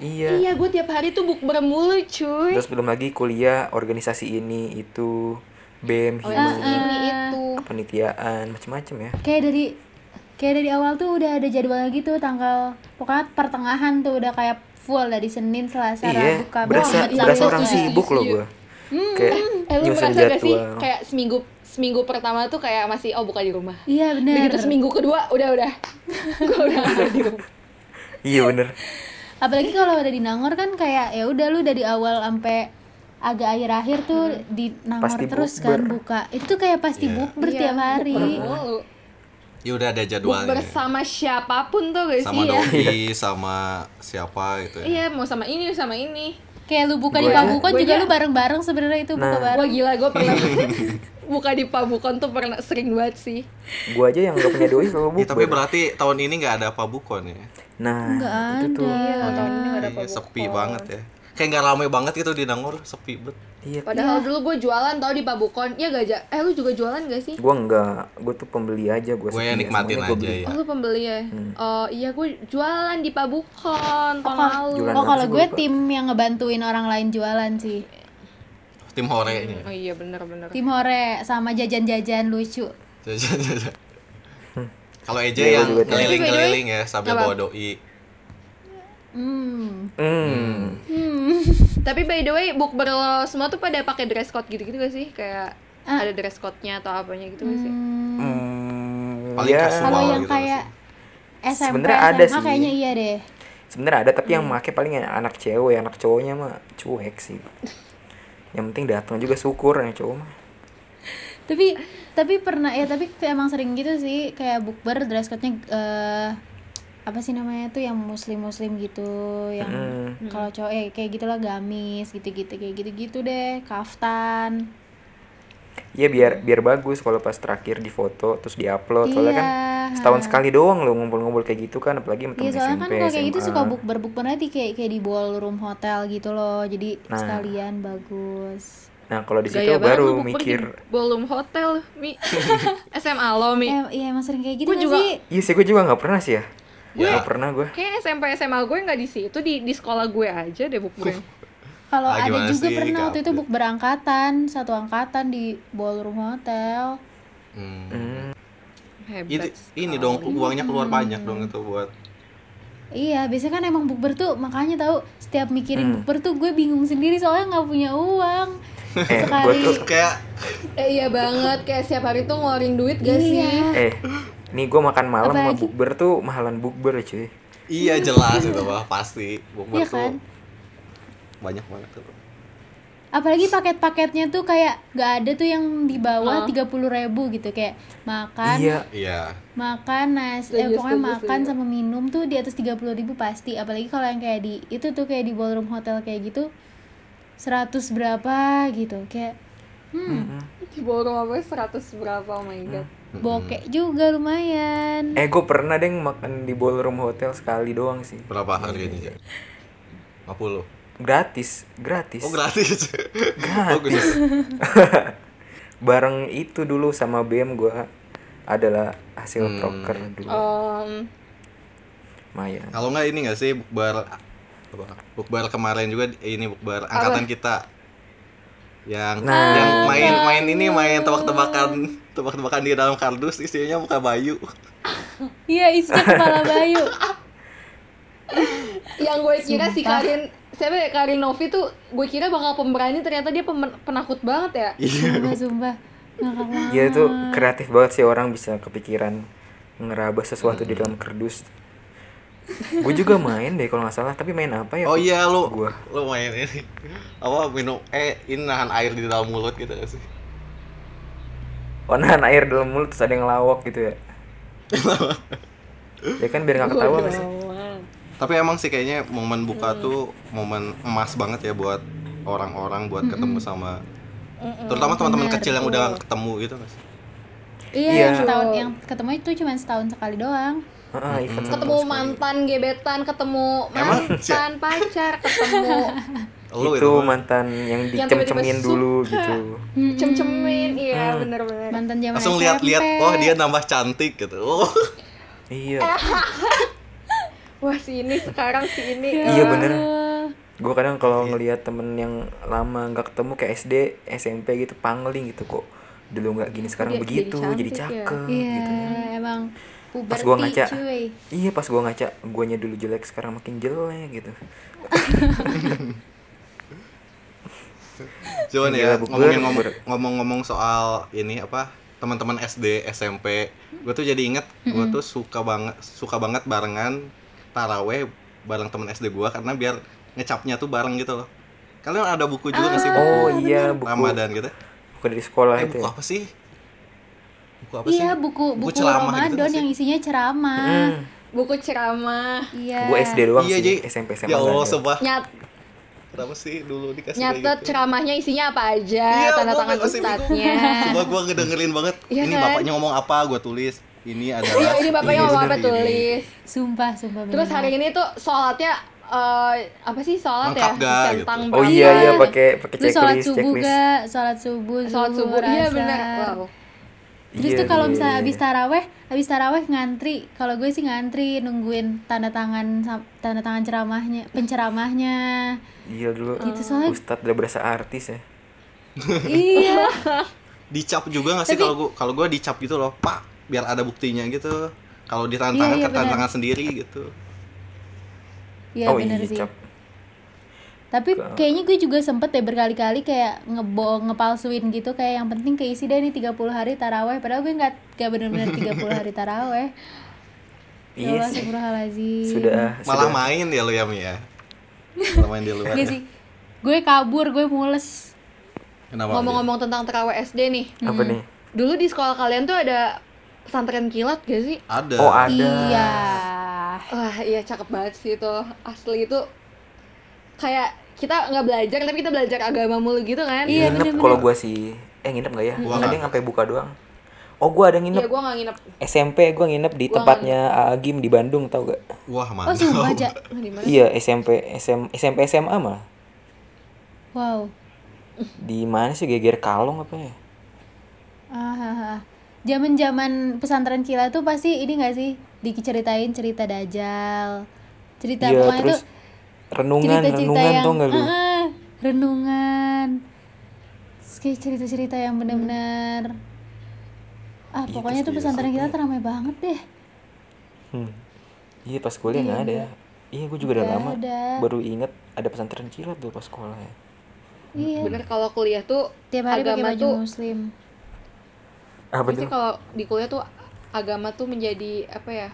Speaker 2: Iya.
Speaker 3: iya gue tiap hari tuh bukber mulu cuy
Speaker 2: Terus belum lagi kuliah, organisasi ini itu, BEM,
Speaker 3: Oh,
Speaker 2: hima,
Speaker 3: ini itu
Speaker 2: kepanitiaan, macem-macem ya.
Speaker 1: kayak dari kayak dari awal tuh udah ada jadwalnya gitu tanggal pokoknya pertengahan tuh udah kayak full dari Senin Selasa
Speaker 2: iya,
Speaker 1: Rabu Kamis
Speaker 2: berasa
Speaker 1: Jumat,
Speaker 2: berasa
Speaker 1: Sabtu.
Speaker 2: orang
Speaker 3: Iya,
Speaker 2: sibuk loh
Speaker 3: iya.
Speaker 2: gue. Kayak
Speaker 3: eh lu
Speaker 2: nyusun
Speaker 3: merasa gak sih
Speaker 2: jadwal.
Speaker 3: kayak seminggu seminggu pertama tuh kayak masih oh buka di rumah
Speaker 1: iya bener
Speaker 3: begitu seminggu kedua udah udah gue udah gak ada di rumah
Speaker 2: Iya bener.
Speaker 1: apalagi kalau udah di Nangor kan kayak ya udah lu dari awal sampai agak akhir-akhir tuh
Speaker 3: Hmm.
Speaker 1: di Nangor
Speaker 2: Pasti
Speaker 1: terus
Speaker 2: bukber.
Speaker 1: kan buka itu tuh kayak pasti
Speaker 4: Iya.
Speaker 1: bukber
Speaker 3: Iya,
Speaker 1: tiap hari
Speaker 3: bukber mulu.
Speaker 4: Ya udah ada
Speaker 3: bukber
Speaker 4: jadwalnya.
Speaker 3: sama siapapun tuh gak
Speaker 4: Sama
Speaker 3: sih ya
Speaker 4: doi, sama siapa gitu ya.
Speaker 3: iya mau sama ini sama ini
Speaker 1: kayak lu buka di
Speaker 2: Gua-
Speaker 1: Pagukon
Speaker 3: gua
Speaker 1: juga
Speaker 3: aja-
Speaker 1: lu bareng-bareng sebenarnya itu buka
Speaker 2: Nah.
Speaker 1: bareng
Speaker 3: Wah gila, gue pernah buka di pabukon tuh pernah sering banget sih.
Speaker 2: Gue aja yang gak punya doi selalu
Speaker 4: [LAUGHS] Ya, tapi
Speaker 2: bukber.
Speaker 4: berarti tahun ini nggak ada pabukon ya.
Speaker 2: Nah,
Speaker 1: Nggak
Speaker 2: itu tuh.
Speaker 1: ada
Speaker 3: Nah, Tahun ini nggak ada
Speaker 4: Kayaknya
Speaker 3: pabukon.
Speaker 4: sepi banget ya. Kayak nggak ramai banget gitu di Nangor, sepi banget.
Speaker 2: Iya.
Speaker 3: Padahal dulu gue jualan tau di pabukon, ya gak aja. Eh lu juga jualan gak sih?
Speaker 2: Gue enggak, gue tuh pembeli aja gue.
Speaker 4: Gue yang nikmatin aja ya.
Speaker 3: Oh, lu pembeli ya? Oh iya gue jualan di pabukon tahun lalu.
Speaker 2: jualan.
Speaker 1: oh kalau
Speaker 2: Sih,
Speaker 1: gue
Speaker 2: gua lupa.
Speaker 1: tim yang ngebantuin orang lain jualan sih
Speaker 4: Tim [LAUGHS] horenya.
Speaker 3: Oh iya bener-bener.
Speaker 1: tim hore sama jajan-jajan lucu
Speaker 4: Jajan jajan. Kalau Eja
Speaker 2: Iya, gua
Speaker 4: yang
Speaker 2: juga tahu.
Speaker 4: keliling-keliling ya sambil bawa doi.
Speaker 1: hmm
Speaker 2: Hmm.
Speaker 3: Tapi by the way, bukber lo semua tuh pada pakai dress code gitu-gitu gak sih? Kayak
Speaker 1: Ah.
Speaker 3: ada dress code-nya atau apanya gitu gak sih?
Speaker 1: Hmm.
Speaker 2: Hmm,
Speaker 4: Paling
Speaker 2: ya,
Speaker 4: kasual.
Speaker 1: kalau
Speaker 4: Wow,
Speaker 1: yang
Speaker 4: gitu
Speaker 1: kayak SMP
Speaker 2: Sebenarnya ada
Speaker 1: SMA
Speaker 2: sih.
Speaker 1: kayaknya iya deh
Speaker 2: Sebenarnya ada tapi yang make paling yang anak cewek, anak cowoknya mah cuek sih. Yang penting datang juga syukur yang cowok mah.
Speaker 1: tapi tapi pernah ya tapi kayak emang sering gitu sih kayak bukber dress code-nya eh, apa sih namanya tuh yang muslim muslim gitu yang
Speaker 2: Mm.
Speaker 1: kalau cowok ya kayak gitulah gamis gitu gitu kayak gitu gitu deh kaftan
Speaker 2: Iya biar biar bagus kalau pas terakhir di foto terus diupload soalnya kan
Speaker 1: Iya.
Speaker 2: setahun sekali doang lo ngumpul-ngumpul kayak gitu kan apalagi sama
Speaker 1: Iya
Speaker 2: temen
Speaker 1: soalnya kan
Speaker 2: SMP
Speaker 1: kalau kayak gitu
Speaker 2: SMA.
Speaker 1: suka bukber bukber nanti kayak kayak di ballroom hotel gitu loh jadi
Speaker 2: Nah.
Speaker 1: sekalian bagus
Speaker 2: Nah kalau di situ
Speaker 3: Gaya banget
Speaker 2: baru
Speaker 3: lu bukber
Speaker 2: mikir
Speaker 3: di Ballroom hotel, Mi. SMA lo, Mi.
Speaker 1: eh, iya emang sering kayak gitu
Speaker 3: Gua
Speaker 1: nggak
Speaker 3: juga-
Speaker 1: sih
Speaker 2: Iya sih gue juga nggak pernah sih ya
Speaker 4: Gua-
Speaker 2: Nggak pernah gue
Speaker 3: Kayaknya SMP SMA gue nggak di situ di di sekolah gue aja deh bukbernya.
Speaker 1: Kalau
Speaker 4: Ah,
Speaker 1: ada
Speaker 4: gimana
Speaker 1: juga
Speaker 4: sih,
Speaker 1: pernah waktu itu
Speaker 4: Kak?
Speaker 1: book berangkatan, satu angkatan di ballroom hotel.
Speaker 4: Hmm. Itu Iya.
Speaker 3: Hebat.
Speaker 4: ini dong uangnya keluar banyak dong itu buat
Speaker 1: Iya, biasanya kan emang bukber tuh makanya tahu setiap mikirin bukber tuh gue bingung sendiri soalnya nggak punya
Speaker 4: [LAUGHS]
Speaker 1: uang.
Speaker 2: Eh gue
Speaker 1: Sekali.
Speaker 2: tuh
Speaker 4: kayak
Speaker 3: Eh, iya banget kayak setiap hari tuh ngeluarin duit gak sih?
Speaker 1: Iya.
Speaker 2: Eh Nih gue makan malam sama
Speaker 1: Apalagi?
Speaker 2: bukber tuh mahalan bukber cuy
Speaker 4: iya jelas itu mah pasti bukber
Speaker 1: Iya kan?
Speaker 4: tuh banyak banget tuh.
Speaker 1: apalagi paket-paketnya tuh kayak nggak ada tuh yang di bawah
Speaker 3: Heeh.
Speaker 1: tiga ribu gitu kayak makan
Speaker 2: Iya.
Speaker 4: Iya.
Speaker 1: makan nasi eh,
Speaker 3: Setuju,
Speaker 1: pokoknya
Speaker 3: setuju,
Speaker 1: makan
Speaker 3: setuju.
Speaker 1: sama minum tuh di atas 30.000 ribu pasti apalagi kalau yang kayak di itu tuh kayak di ballroom hotel kayak gitu 100 berapa gitu kayak hmm,
Speaker 2: Mm-mm.
Speaker 3: Borong apa 100 berapa oh my god.
Speaker 1: bokek juga lumayan
Speaker 2: Eh, gue pernah deh makan di ballroom hotel sekali doang sih.
Speaker 4: Berapa harganya? Jack? 50.
Speaker 2: Gratis, gratis.
Speaker 4: Oh, gratis. Oh, gratis.
Speaker 2: Bareng itu dulu sama BM gua adalah hasil
Speaker 4: Hmm.
Speaker 2: proker dulu.
Speaker 3: Um,
Speaker 2: Lumayan.
Speaker 4: Kalau nggak ini nggak sih bukber apa? Bukber kemarin juga ini bukber angkatan kita yang
Speaker 2: Nah.
Speaker 4: yang main main ini main tebak-tebakan tebak-tebakan di dalam kardus isinya muka Bayu.
Speaker 1: iya isinya kepala bayu
Speaker 3: yang gue kira si
Speaker 1: Sumpah.
Speaker 3: Karin siapa ya Karin Novi tuh gue kira bakal pemberani ternyata dia pemen- penakut banget ya.
Speaker 1: [LAUGHS] sumpah sumpah ngakak banget
Speaker 2: Iya itu kreatif banget sih orang bisa kepikiran ngeraba sesuatu
Speaker 4: Hmm.
Speaker 2: di dalam kardus. Gue juga main deh kalau nggak salah, tapi main apa ya?
Speaker 4: Oh iya lu
Speaker 2: Gua.
Speaker 4: lu main ini apa minum eh ini nahan air di dalam mulut gitu nggak sih.
Speaker 2: Oh, nahan air dalam mulut terus ada yang ngelawak
Speaker 4: [LAUGHS]
Speaker 2: gitu ya. ya kan biar nggak ketawa nggak sih?
Speaker 3: Hmm,
Speaker 4: Tapi emang sih kayaknya momen
Speaker 1: Hmm.
Speaker 4: buka tuh momen emas banget ya buat orang-orang buat ketemu sama terutama teman-teman
Speaker 1: bener.
Speaker 4: kecil yang udah ketemu gitu nggak sih.
Speaker 1: iya
Speaker 2: Iya.
Speaker 1: yang tahun yang ketemu itu cuma setahun sekali doang
Speaker 2: Heeh, event
Speaker 4: Hmm.
Speaker 2: satu
Speaker 3: Ketemu
Speaker 2: sekali.
Speaker 3: mantan gebetan, ketemu
Speaker 4: Emang?
Speaker 3: mantan pacar, ketemu
Speaker 4: Lu
Speaker 2: itu
Speaker 4: mah.
Speaker 2: mantan yang
Speaker 3: Yang tiba-tiba
Speaker 2: dicemcemin
Speaker 3: suka.
Speaker 2: dulu gitu.
Speaker 3: cem-cemin. Iya, bener-bener.
Speaker 1: mantan zaman
Speaker 4: langsung
Speaker 1: SMP. Iya,
Speaker 4: lihat-lihat oh dia nambah cantik gitu oh [LAUGHS]
Speaker 1: Eh,
Speaker 2: Iya.
Speaker 3: Wah, si ini sekarang si
Speaker 1: Ya
Speaker 3: ini.
Speaker 2: Iya bener
Speaker 1: Allah.
Speaker 2: Gue
Speaker 4: Iya.
Speaker 2: kadang kalau ngelihat temen yang lama nggak ketemu kayak SD, SMP gitu, pangling gitu kok. Dulu nggak gini, sekarang
Speaker 3: Jadi-
Speaker 2: begitu,
Speaker 3: jadi
Speaker 2: jadi
Speaker 3: cantik ya.
Speaker 2: cakep
Speaker 1: iya
Speaker 2: gitu.
Speaker 1: emang puberti
Speaker 2: Pas gua ngaca.
Speaker 1: cuy
Speaker 2: Iya pas gua ngaca, guanya dulu jelek sekarang makin jelek gitu.
Speaker 4: cuman
Speaker 2: Gila,
Speaker 4: ya
Speaker 2: bukber,
Speaker 4: ngomongin-ngomong
Speaker 2: bukber.
Speaker 4: ngomong-ngomong soal ini apa teman-teman SD SMP gue tuh jadi inget gue tuh suka banget suka banget barengan taraweh bareng teman SD gue karena biar ngecapnya tuh bareng gitu loh kalian ada buku juga nggak
Speaker 1: Ah,
Speaker 4: sih buku
Speaker 2: Oh iya buku
Speaker 4: Ramadan gitu
Speaker 2: buku dari sekolah
Speaker 4: eh
Speaker 2: itu.
Speaker 4: buku
Speaker 2: Ya.
Speaker 4: apa sih buku apa sih
Speaker 1: iya buku buku,
Speaker 4: ceramah gitu
Speaker 1: Ramadan
Speaker 4: nggak sih?
Speaker 1: yang isinya ceramah
Speaker 2: Hmm,
Speaker 3: Buku ceramah.
Speaker 1: iya
Speaker 2: Gua SD doang
Speaker 4: iya
Speaker 2: sih,
Speaker 4: jadi
Speaker 2: SMP SMP.
Speaker 4: ya Allah sumpah
Speaker 3: Nyat
Speaker 4: kenapa sih dulu dikasih kayak
Speaker 3: nyatet
Speaker 4: gitu?
Speaker 3: ceramahnya isinya apa aja,
Speaker 4: Iya,
Speaker 3: tanda
Speaker 4: gua
Speaker 3: tangan
Speaker 4: masih bingung.
Speaker 3: ustadznya.
Speaker 2: Iya.
Speaker 4: Coba gue ngedengerin banget.
Speaker 3: Iya
Speaker 4: ini
Speaker 3: kan?
Speaker 4: bapaknya ngomong apa? Gue tulis. Ini adalah.
Speaker 3: Iya, ini bapaknya
Speaker 4: Iya,
Speaker 3: mau
Speaker 4: bener,
Speaker 3: apa
Speaker 4: ini.
Speaker 3: tulis.
Speaker 1: sumpah sumpah
Speaker 3: Terus hari ini tuh sholatnya eh, apa sih sholat
Speaker 4: Lengkap
Speaker 3: ya?
Speaker 4: nggak,
Speaker 3: Tentang
Speaker 4: gitu.
Speaker 2: Oh
Speaker 3: berapa?
Speaker 2: iya iya pakai pakai
Speaker 1: lu sholat
Speaker 2: checklist
Speaker 1: subuh
Speaker 2: checklist.
Speaker 1: gak sholat subuh
Speaker 3: sholat subuh. Iya
Speaker 1: asar.
Speaker 3: benar. Wow.
Speaker 1: terus tuh
Speaker 2: Iya,
Speaker 1: kalau
Speaker 2: iya,
Speaker 1: misalnya
Speaker 2: iya.
Speaker 1: habis taraweh habis taraweh ngantri kalau gue sih ngantri nungguin tanda tangan sam- tanda tangan ceramahnya
Speaker 2: [LAUGHS]
Speaker 1: penceramahnya
Speaker 2: Iya dulu.
Speaker 1: Gitu, soalnya-
Speaker 2: Ustadz udah berasa artis ya.
Speaker 1: iya
Speaker 4: Dicap juga nggak sih
Speaker 1: Tapi-
Speaker 4: kalau gue kalau gue dicap gitu loh, Pak. Biar ada buktinya gitu. Kalau di tangan
Speaker 1: Iya,
Speaker 4: tangan
Speaker 1: iya,
Speaker 4: ke tangan tangan sendiri gitu.
Speaker 1: iya
Speaker 2: oh
Speaker 1: bener
Speaker 2: iya
Speaker 1: sih
Speaker 2: cap.
Speaker 1: tapi kayaknya gue juga sempet deh berkali-kali kayak ngebohong ngepalsuin gitu kayak yang penting keisi deh nih 30 hari taraweh padahal gue nggak nggak bener-bener 30 hari taraweh
Speaker 2: [LAUGHS]
Speaker 1: ya
Speaker 2: Iya
Speaker 1: Allah
Speaker 2: sih.
Speaker 1: subhanalazim
Speaker 2: Sudah
Speaker 4: Malah
Speaker 2: sudah.
Speaker 4: main ya lo ya Mi, ya. Malah main di luar. ya.
Speaker 1: Gak Iya sih gue kabur gue mules
Speaker 4: Kenapa?
Speaker 3: Ngomong-ngomong tentang terawih SD nih.
Speaker 2: Apa nih?
Speaker 3: Dulu di sekolah kalian tuh ada pesantren kilat gak sih?
Speaker 4: Ada.
Speaker 2: Oh ada. [LAUGHS]
Speaker 1: iya
Speaker 3: Wah iya cakep banget sih itu asli itu kayak kita nggak belajar tapi kita belajar agama mulu gitu kan?
Speaker 1: Iya,
Speaker 2: nginep
Speaker 1: bener-bener.
Speaker 2: kalau gua sih eh nginep nggak ya
Speaker 4: Gua
Speaker 2: ada
Speaker 4: nggak.
Speaker 2: yang sampai buka doang oh gua ada nginep
Speaker 3: Iya gue nggak nginep
Speaker 2: SMP gua nginep di tempatnya Agim di Bandung tau gak
Speaker 4: Wah
Speaker 1: oh sumpah
Speaker 4: mantap.
Speaker 1: aja
Speaker 3: Nah, di mana?
Speaker 2: iya SMP SM, SMP SMA malah
Speaker 1: wow
Speaker 2: di mana sih geger kalong apa ya
Speaker 1: Ah, ah, ah. Zaman-zaman pesantren kilat tuh pasti ini gak sih diceritain cerita dajal. Cerita
Speaker 2: iya
Speaker 1: pokoknya
Speaker 2: terus
Speaker 1: tuh
Speaker 2: renungan
Speaker 1: cerita-cerita
Speaker 2: renungan
Speaker 1: yang
Speaker 2: tau gak lu
Speaker 1: Ah, ah, renungan. Terus kayak cerita-cerita yang benar-benar Ah,
Speaker 2: Itu
Speaker 1: pokoknya tuh
Speaker 4: Gitu sih,
Speaker 1: pesantren kita ramai banget deh.
Speaker 2: Hmm. iya pas kuliah nggak ada iya gua juga udah
Speaker 1: Nggak
Speaker 2: lama
Speaker 1: ada.
Speaker 2: baru inget ada pesantren kilat dulu pas sekolah ya
Speaker 1: Iya.
Speaker 3: Bener kalau kuliah tuh
Speaker 1: Tiap hari pakai
Speaker 3: agama
Speaker 1: baju
Speaker 3: tuh
Speaker 1: muslim.
Speaker 2: apa
Speaker 3: Pasti
Speaker 2: tuh
Speaker 3: kalau di kuliah tuh agama tuh menjadi apa ya?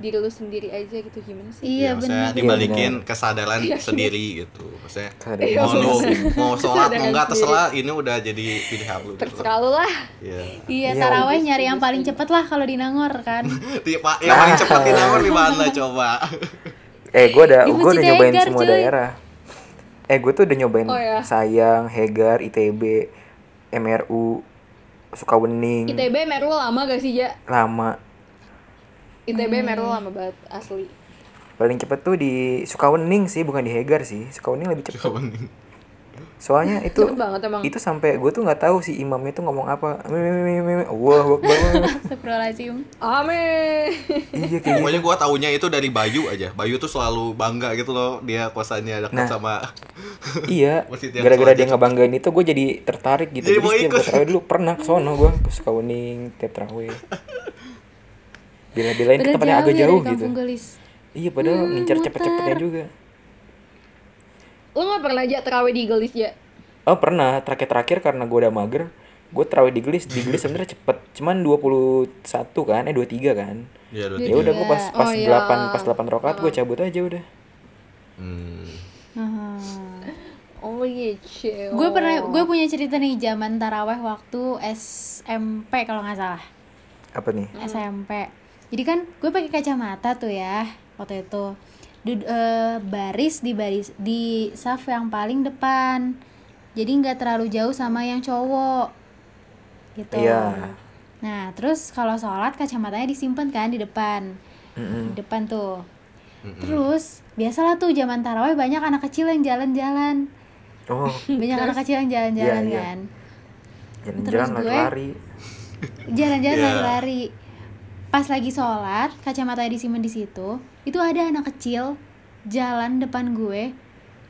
Speaker 3: diri lu sendiri aja gitu gimana sih?
Speaker 1: Iya
Speaker 4: maksudnya
Speaker 1: benar.
Speaker 4: dibalikin kesadaran sendiri gitu maksudnya
Speaker 2: Kesadaran
Speaker 4: mau lu
Speaker 3: [LAUGHS]
Speaker 4: mau sholat mau
Speaker 3: Kesadaran
Speaker 4: nggak
Speaker 3: Iya, sendiri.
Speaker 4: terserah ini udah jadi pilihan lu gitu.
Speaker 3: Terserah lu lah.
Speaker 4: Iya.
Speaker 1: Iya,
Speaker 2: Iya.
Speaker 1: taraweh nyari yang paling cepet lah kalau di Nangor kan. [LAUGHS]
Speaker 4: Di- Pak, yang paling
Speaker 2: Nah.
Speaker 4: cepat di nomor di
Speaker 3: [LAUGHS]
Speaker 4: mana coba
Speaker 2: Eh, gue udah,
Speaker 1: Di
Speaker 2: gua udah
Speaker 1: Masjid
Speaker 2: nyobain
Speaker 1: Hegar,
Speaker 2: semua
Speaker 1: cuy.
Speaker 2: daerah. Eh, gue tuh udah nyobain
Speaker 3: Oh, ya.
Speaker 2: Sayang, Hegar, ITB, MRU, Sukawening,
Speaker 3: ITB Meru lama gak sih, Ja?
Speaker 2: Lama.
Speaker 3: ITB Meru lama banget asli.
Speaker 2: Paling cepet tuh di Sukawening sih, bukan di Hegar sih. Sukawening lebih cepet.
Speaker 4: coba nih
Speaker 2: Soalnya itu
Speaker 3: Cepet banget emang.
Speaker 2: itu sampai gue tuh nggak tahu si imamnya tuh ngomong apa. Wah, wah,
Speaker 1: Astagfirullahaladzim.
Speaker 3: Amin.
Speaker 2: Iya kayak gitu.
Speaker 4: pokoknya gua taunya itu dari Bayu aja Bayu tuh selalu bangga gitu loh dia kuasanya dekat
Speaker 2: Nah.
Speaker 4: sama
Speaker 2: Iya.
Speaker 4: Masjid yang
Speaker 2: Gara-gara dia
Speaker 4: soalnya-
Speaker 2: ngebanggain itu gue jadi tertarik gitu.
Speaker 4: Jadi
Speaker 2: Jadi,
Speaker 4: mau
Speaker 2: setiap gue
Speaker 4: ikut.
Speaker 2: terawih dulu pernah ke sono gue ke Sukawening tiap terawih. Bila-bilain itu
Speaker 1: Udah
Speaker 2: tempatnya agak
Speaker 1: ya
Speaker 2: jauh
Speaker 1: dari
Speaker 2: gitu.
Speaker 1: Kampung Gelis.
Speaker 2: Iya padahal ngincer cepet-cepetnya juga.
Speaker 3: Lu gak pernah Ja terawih di ya? Gelis, Ja?
Speaker 2: Oh pernah terakhir-terakhir karena gue udah mager gue terawih di gelis di gelis sebenarnya cepet cuman 21 kan eh 23 kan
Speaker 4: Iya, dua
Speaker 2: ya udah gue pas
Speaker 1: Iya.
Speaker 2: pas
Speaker 3: Oh, iya.
Speaker 2: delapan pas delapan rokat gue cabut aja udah
Speaker 4: Hmm.
Speaker 3: Oh iya, cewek.
Speaker 1: Gue pernah, gue punya cerita nih zaman taraweh waktu SMP kalau nggak salah.
Speaker 2: apa nih
Speaker 1: SMP. Jadi kan gue pakai kacamata tuh ya waktu itu. Dud- eh, baris di baris di saf yang paling depan. Jadi nggak terlalu jauh sama yang cowok. Gitu.
Speaker 2: Iya.
Speaker 1: Nah, terus kalau sholat kacamatanya disimpan kan di depan.
Speaker 2: Hmm.
Speaker 1: Di depan tuh. Terus biasalah tuh zaman taraweh banyak anak kecil yang jalan-jalan.
Speaker 2: oh
Speaker 1: Banyak anak kecil yang jalan-jalan
Speaker 2: Iya, iya.
Speaker 1: kan.
Speaker 2: jalan-jalan
Speaker 1: gue-
Speaker 2: lari-lari
Speaker 1: jalan-jalan
Speaker 4: Iya.
Speaker 1: lari-lari pas lagi sholat kacamata disimpan di situ itu ada anak kecil jalan depan gue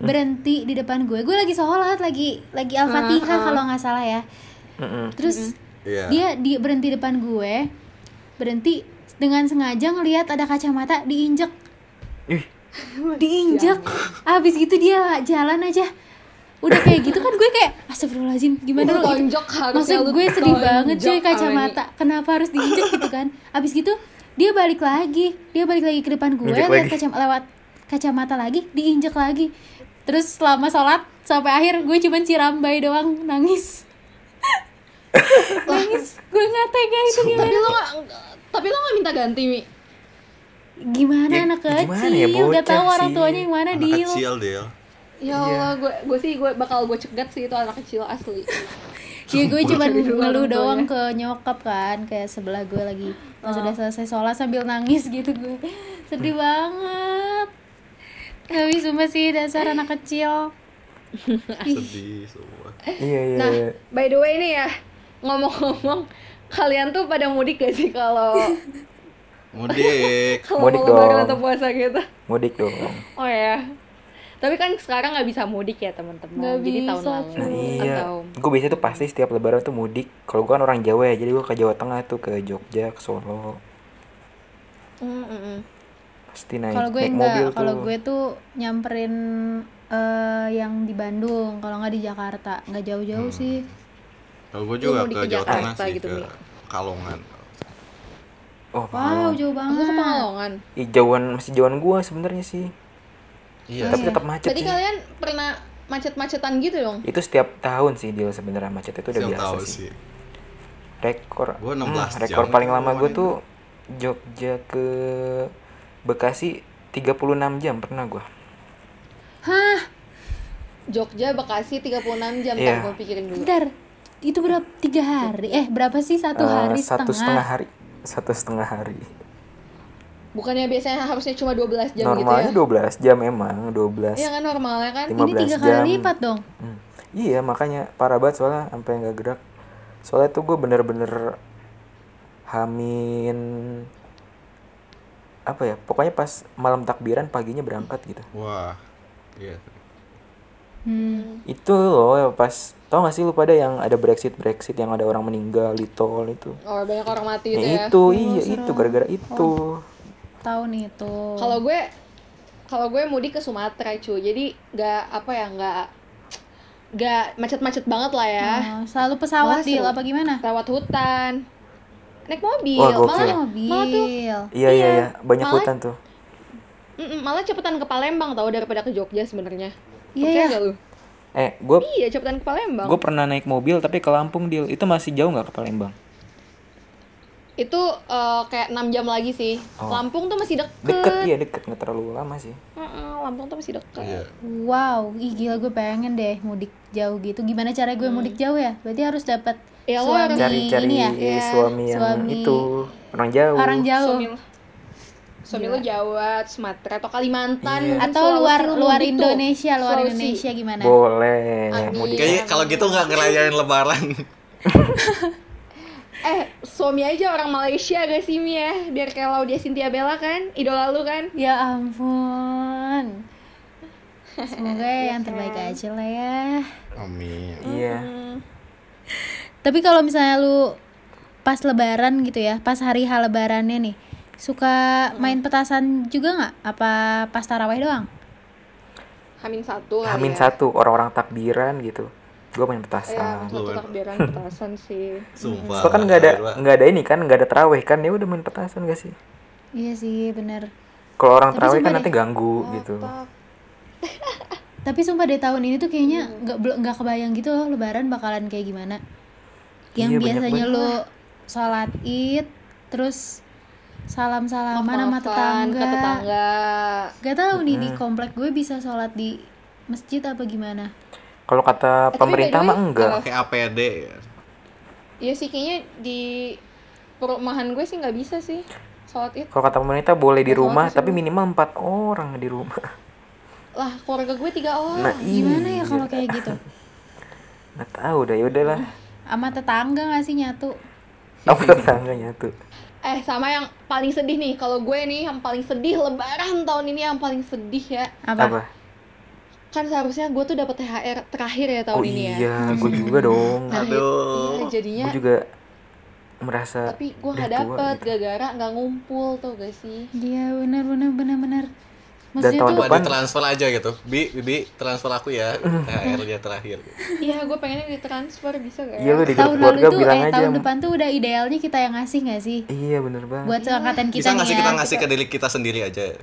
Speaker 1: berhenti di depan gue gue lagi sholat lagi lagi al-fatihah kalau nggak salah ya
Speaker 2: Mm-mm.
Speaker 1: terus
Speaker 4: Iya.
Speaker 1: dia di berhenti depan gue berhenti dengan sengaja ngelihat ada kacamata diinjek
Speaker 2: Ih.
Speaker 1: [LAUGHS] diinjek abis gitu dia jalan aja udah kayak gitu kan gue kayak astagfirullahaladzim gimana lo
Speaker 3: Lu
Speaker 1: itu
Speaker 3: tonjok harusnya
Speaker 1: Maksud
Speaker 3: lu
Speaker 1: gue sedih
Speaker 3: tonjok,
Speaker 1: banget cuy
Speaker 3: Ani.
Speaker 1: kacamata Kenapa harus diinjek gitu kan Abis gitu dia balik lagi Dia balik lagi ke depan gue
Speaker 2: Injek
Speaker 1: lihat
Speaker 2: lagi.
Speaker 1: kacam Lewat kacamata lagi Diinjek lagi Terus selama sholat Sampai akhir gue cuman cirambai doang Nangis Nangis Gue gak tega itu
Speaker 3: Tapi
Speaker 1: gimana
Speaker 3: lu gak tapi lu gak minta ganti, Mi.
Speaker 1: Gimana
Speaker 2: Ya,
Speaker 1: anak
Speaker 2: gimana
Speaker 1: kecil
Speaker 2: ya,
Speaker 1: Udah
Speaker 2: bocah
Speaker 1: tahu orang
Speaker 2: sih.
Speaker 1: tuanya yang mana
Speaker 4: anak
Speaker 1: deal
Speaker 4: kecil
Speaker 3: [LAUGHS]
Speaker 4: dia
Speaker 2: Iya.
Speaker 3: Ya Allah, gue gue sih gue bakal gue cegat sih itu anak kecil asli.
Speaker 1: Ya gue cuma
Speaker 3: Jadi dulu
Speaker 1: ngeluh
Speaker 3: orang tuanya.
Speaker 1: doang ke nyokap kan Kayak sebelah gue lagi Pas udah selesai sholat sambil nangis gitu gue Sedih
Speaker 2: Hmm.
Speaker 1: banget Tapi sumpah sih dasar anak kecil
Speaker 4: sedih semua
Speaker 2: iya iya
Speaker 3: Nah,
Speaker 2: iya.
Speaker 3: by the way nih ya, ngomong-ngomong, kalian tuh pada mudik gak sih kalau
Speaker 2: [LAUGHS]
Speaker 4: mudik
Speaker 3: kalau
Speaker 2: Mudik
Speaker 3: mau lebaran
Speaker 2: dong.
Speaker 3: atau puasa gitu?
Speaker 2: mudik dong
Speaker 3: Oh ya. Tapi kan sekarang nggak bisa mudik ya
Speaker 1: Nggak
Speaker 3: teman-teman. Jadi tahun
Speaker 1: bisa,
Speaker 3: lalu
Speaker 2: Nah iya,
Speaker 3: atau
Speaker 2: gue biasanya tuh pasti setiap lebaran tuh mudik. Kalau gue kan orang Jawa ya, jadi gue ke Jawa Tengah tuh ke Jogja, ke Solo,
Speaker 3: Mm, mm, mm.
Speaker 2: pasti naik,
Speaker 1: Kalau gue
Speaker 2: naik mobil
Speaker 1: enggak Kalau
Speaker 2: tuh.
Speaker 1: gue tuh nyamperin eh, yang di Bandung Kalau nggak di Jakarta Nggak jauh-jauh
Speaker 2: Hmm.
Speaker 1: sih
Speaker 4: kalau gue juga ke
Speaker 3: mudik ke
Speaker 4: Jawa Tengah
Speaker 3: Jakarta
Speaker 4: sih
Speaker 3: gitu,
Speaker 4: ke
Speaker 3: Mi.
Speaker 4: Kalongan
Speaker 2: Oh,
Speaker 1: Wow
Speaker 2: Pahlawan.
Speaker 1: jauh
Speaker 3: Aku ke
Speaker 1: banget
Speaker 3: Pangalongan.
Speaker 2: Ih, jauhan masih jauhan gue sebenarnya sih.
Speaker 4: iya
Speaker 2: Tapi tetap macet
Speaker 3: Jadi
Speaker 2: sih.
Speaker 3: kalian pernah macet-macetan gitu dong?
Speaker 2: Itu setiap tahun sih dia sebenarnya macet itu udah
Speaker 4: siapa
Speaker 2: biasa
Speaker 4: tahu
Speaker 2: sih.
Speaker 4: sih
Speaker 2: Rekor.
Speaker 4: Gua
Speaker 2: hmm,
Speaker 4: 16 jam
Speaker 2: rekor paling
Speaker 4: tuh
Speaker 2: lama gue
Speaker 4: kemarin.
Speaker 2: tuh Jogja ke Bekasi 36 jam pernah gue.
Speaker 3: Jogja, Bekasi 36 jam
Speaker 2: Iya.
Speaker 3: yeah. gue pikirin dulu.
Speaker 1: Bentar Itu berapa? Tiga hari Eh berapa sih? Satu
Speaker 2: Eh,
Speaker 1: hari
Speaker 2: satu setengah
Speaker 1: setengah
Speaker 2: hari. Satu setengah hari.
Speaker 3: Bukannya biasanya harusnya cuma 12 jam
Speaker 2: Normalnya
Speaker 3: gitu
Speaker 2: 12 jam emang, 12
Speaker 3: ya? Iya kan normalnya kan?
Speaker 2: Lima-
Speaker 1: ya? Ini tiga
Speaker 2: 15 jam.
Speaker 1: kali lipat dong
Speaker 2: Hmm. Iya makanya parah banget soalnya sampai nggak gerak. Soalnya tuh gue bener-bener hamin apa ya pokoknya pas malam takbiran paginya berangkat gitu
Speaker 4: wah iya
Speaker 1: Hmm.
Speaker 2: itu loh yang pas tau gak sih lu pada yang ada brexit brexit yang ada orang meninggal di tol itu
Speaker 3: Oh, banyak orang mati itu
Speaker 2: ya,
Speaker 3: ya.
Speaker 2: itu iya itu gara-gara itu
Speaker 1: Tahu nih tuh.
Speaker 3: Kalau gue kalau gue mudik ke Sumatera cuy. Jadi nggak apa ya nggak nggak macet-macet banget lah ya.
Speaker 1: Oh, selalu pesawat
Speaker 3: Malah
Speaker 1: deal
Speaker 3: seru.
Speaker 1: apa gimana?
Speaker 3: Lewat hutan. naik mobil
Speaker 2: Wah, gokil.
Speaker 3: malah
Speaker 1: mobil.
Speaker 3: malah tuh
Speaker 2: Iya iya
Speaker 3: Iya,
Speaker 2: iya, banyak
Speaker 3: malah-
Speaker 2: hutan tuh.
Speaker 3: mm-mm, malah cepetan ke Palembang tau daripada ke Jogja sebenarnya
Speaker 1: Iya,
Speaker 3: Percaya
Speaker 1: iya.
Speaker 3: nggak lu
Speaker 2: Eh, gue
Speaker 3: iya cepetan ke Palembang
Speaker 2: gue pernah naik mobil tapi ke Lampung deal. Itu masih jauh nggak ke Palembang?
Speaker 3: itu eh, kayak 6 jam lagi sih
Speaker 2: Oh.
Speaker 3: Lampung tuh masih deket,
Speaker 2: Deket iya deket nggak terlalu lama sih.
Speaker 3: Mm-mm, Lampung tuh masih deket
Speaker 4: Iya.
Speaker 1: Wow, ih gila gue pengen deh mudik jauh gitu. Gimana cara gue mudik jauh ya? Berarti harus dapat
Speaker 3: Hmm. Ya, lo
Speaker 1: suami
Speaker 3: harus-
Speaker 2: Cari-cari
Speaker 1: ini ya,
Speaker 2: eh,
Speaker 3: Iya,
Speaker 2: suami yang
Speaker 1: suami
Speaker 2: itu orang jauh.
Speaker 1: orang jauh
Speaker 3: suami lo- suami lo Jawa Sumatera atau Kalimantan
Speaker 2: Iya.
Speaker 3: mungkin
Speaker 1: Iya. atau
Speaker 3: Sulawesi,
Speaker 1: luar
Speaker 3: lu
Speaker 1: luar
Speaker 3: gitu.
Speaker 1: Indonesia, luar
Speaker 3: Sulawesi.
Speaker 1: Indonesia gimana?
Speaker 2: Boleh mudik.
Speaker 4: Kayaknya kalau gitu nggak ngerayain Lebaran.
Speaker 3: eh suami aja orang Malaysia gak sih Mia biar kayak Laudia Cynthia Bella kan idola lu kan
Speaker 1: Ya ampun. [LAUGHS] Semoga yang terbaik aja lah ya.
Speaker 4: Amin.
Speaker 2: Iya.
Speaker 1: Hmm, Tapi kalau misalnya lu pas lebaran gitu ya, pas hari H lebarannya nih, suka main petasan juga nggak? Apa pas taraweh doang?
Speaker 3: Hamin satu kali
Speaker 2: Hamin
Speaker 3: ya.
Speaker 2: satu orang-orang takbiran gitu. Gue main
Speaker 3: ya
Speaker 2: petasan.
Speaker 3: satu
Speaker 4: Luar.
Speaker 3: takbiran petasan sih
Speaker 4: Sumpah.
Speaker 2: Soalnya kan nggak ada
Speaker 4: Wak.
Speaker 2: nggak ada ini kan nggak ada teraweh kan dia udah main petasan gak sih?
Speaker 1: Iya sih, bener.
Speaker 2: Kalau orang
Speaker 1: Tapi
Speaker 2: teraweh kan
Speaker 1: sumpah
Speaker 2: nanti
Speaker 1: deh.
Speaker 2: ganggu gitu.
Speaker 1: Tapi sumpah deh tahun ini tuh kayaknya nggak bel- nggak kebayang gitu loh Lebaran bakalan kayak gimana. Yang
Speaker 2: Iya, banyak
Speaker 1: biasanya
Speaker 2: banget.
Speaker 1: lu sholat id, terus salam salaman sama
Speaker 3: Maaf-maafan
Speaker 1: tetangga.
Speaker 3: ke tetangga
Speaker 1: Gak tau nih di komplek gue bisa sholat di masjid apa gimana.
Speaker 2: Kalau kata
Speaker 3: Eh, tapi by the
Speaker 2: pemerintah mah
Speaker 3: way,
Speaker 2: enggak.
Speaker 3: eh,
Speaker 4: Pakai APD. ya.
Speaker 3: Iya sih kayaknya di perumahan gue sih nggak bisa sih sholat id
Speaker 2: Kalau kata pemerintah boleh di
Speaker 3: Kalau
Speaker 2: rumah,
Speaker 3: di
Speaker 2: tapi minimal empat orang di rumah.
Speaker 3: lah keluarga gue tiga orang
Speaker 2: Nah,
Speaker 1: Oh, Gimana
Speaker 2: iya.
Speaker 1: ya kalau kayak Iya, gitu?
Speaker 2: Nggak tahu dah, ya yaudahlah.
Speaker 1: Sama tetangga gak sih nyatu? iya,
Speaker 2: Apa tetangganya tuh?
Speaker 3: eh sama yang paling sedih nih kalau gue nih yang paling sedih lebaran tahun ini yang paling sedih ya
Speaker 1: Apa?
Speaker 2: Apa?
Speaker 3: kan seharusnya gue tuh dapat thr terakhir ya tahun
Speaker 2: Oh
Speaker 3: ini ya
Speaker 2: iya, gue juga
Speaker 1: Nah,
Speaker 2: dong.
Speaker 3: Terakhir.
Speaker 4: Aduh.
Speaker 3: Iya, jadinya
Speaker 2: Gue juga merasa
Speaker 3: tapi gue
Speaker 2: udah
Speaker 3: nggak
Speaker 2: tua
Speaker 3: dapet
Speaker 2: gitu.
Speaker 3: gara-gara nggak ngumpul tuh gak sih [LAUGHS]
Speaker 1: Iya benar benar benar benar.
Speaker 2: Dan
Speaker 1: Maksudnya
Speaker 2: tahun
Speaker 1: tuh
Speaker 4: Coba
Speaker 2: Depan.
Speaker 4: ditransfer aja gitu. Bi, bi transfer aku
Speaker 2: [LAUGHS]
Speaker 4: ya. THR dia terakhir.
Speaker 3: iya gue pengennya ditransfer bisa gak
Speaker 2: Iya lu di grup
Speaker 1: tahun lalu
Speaker 2: keluarga
Speaker 1: tuh
Speaker 2: bilang
Speaker 1: eh
Speaker 2: aja.
Speaker 1: tahun depan tuh udah idealnya kita yang ngasih gak sih?
Speaker 2: Iya bener banget.
Speaker 1: Buat seangkatan
Speaker 4: Bisa
Speaker 1: kita
Speaker 4: nggak
Speaker 1: nih
Speaker 4: sih
Speaker 1: ya.
Speaker 4: kita ngasih ke diri kita sendiri aja? [LAUGHS]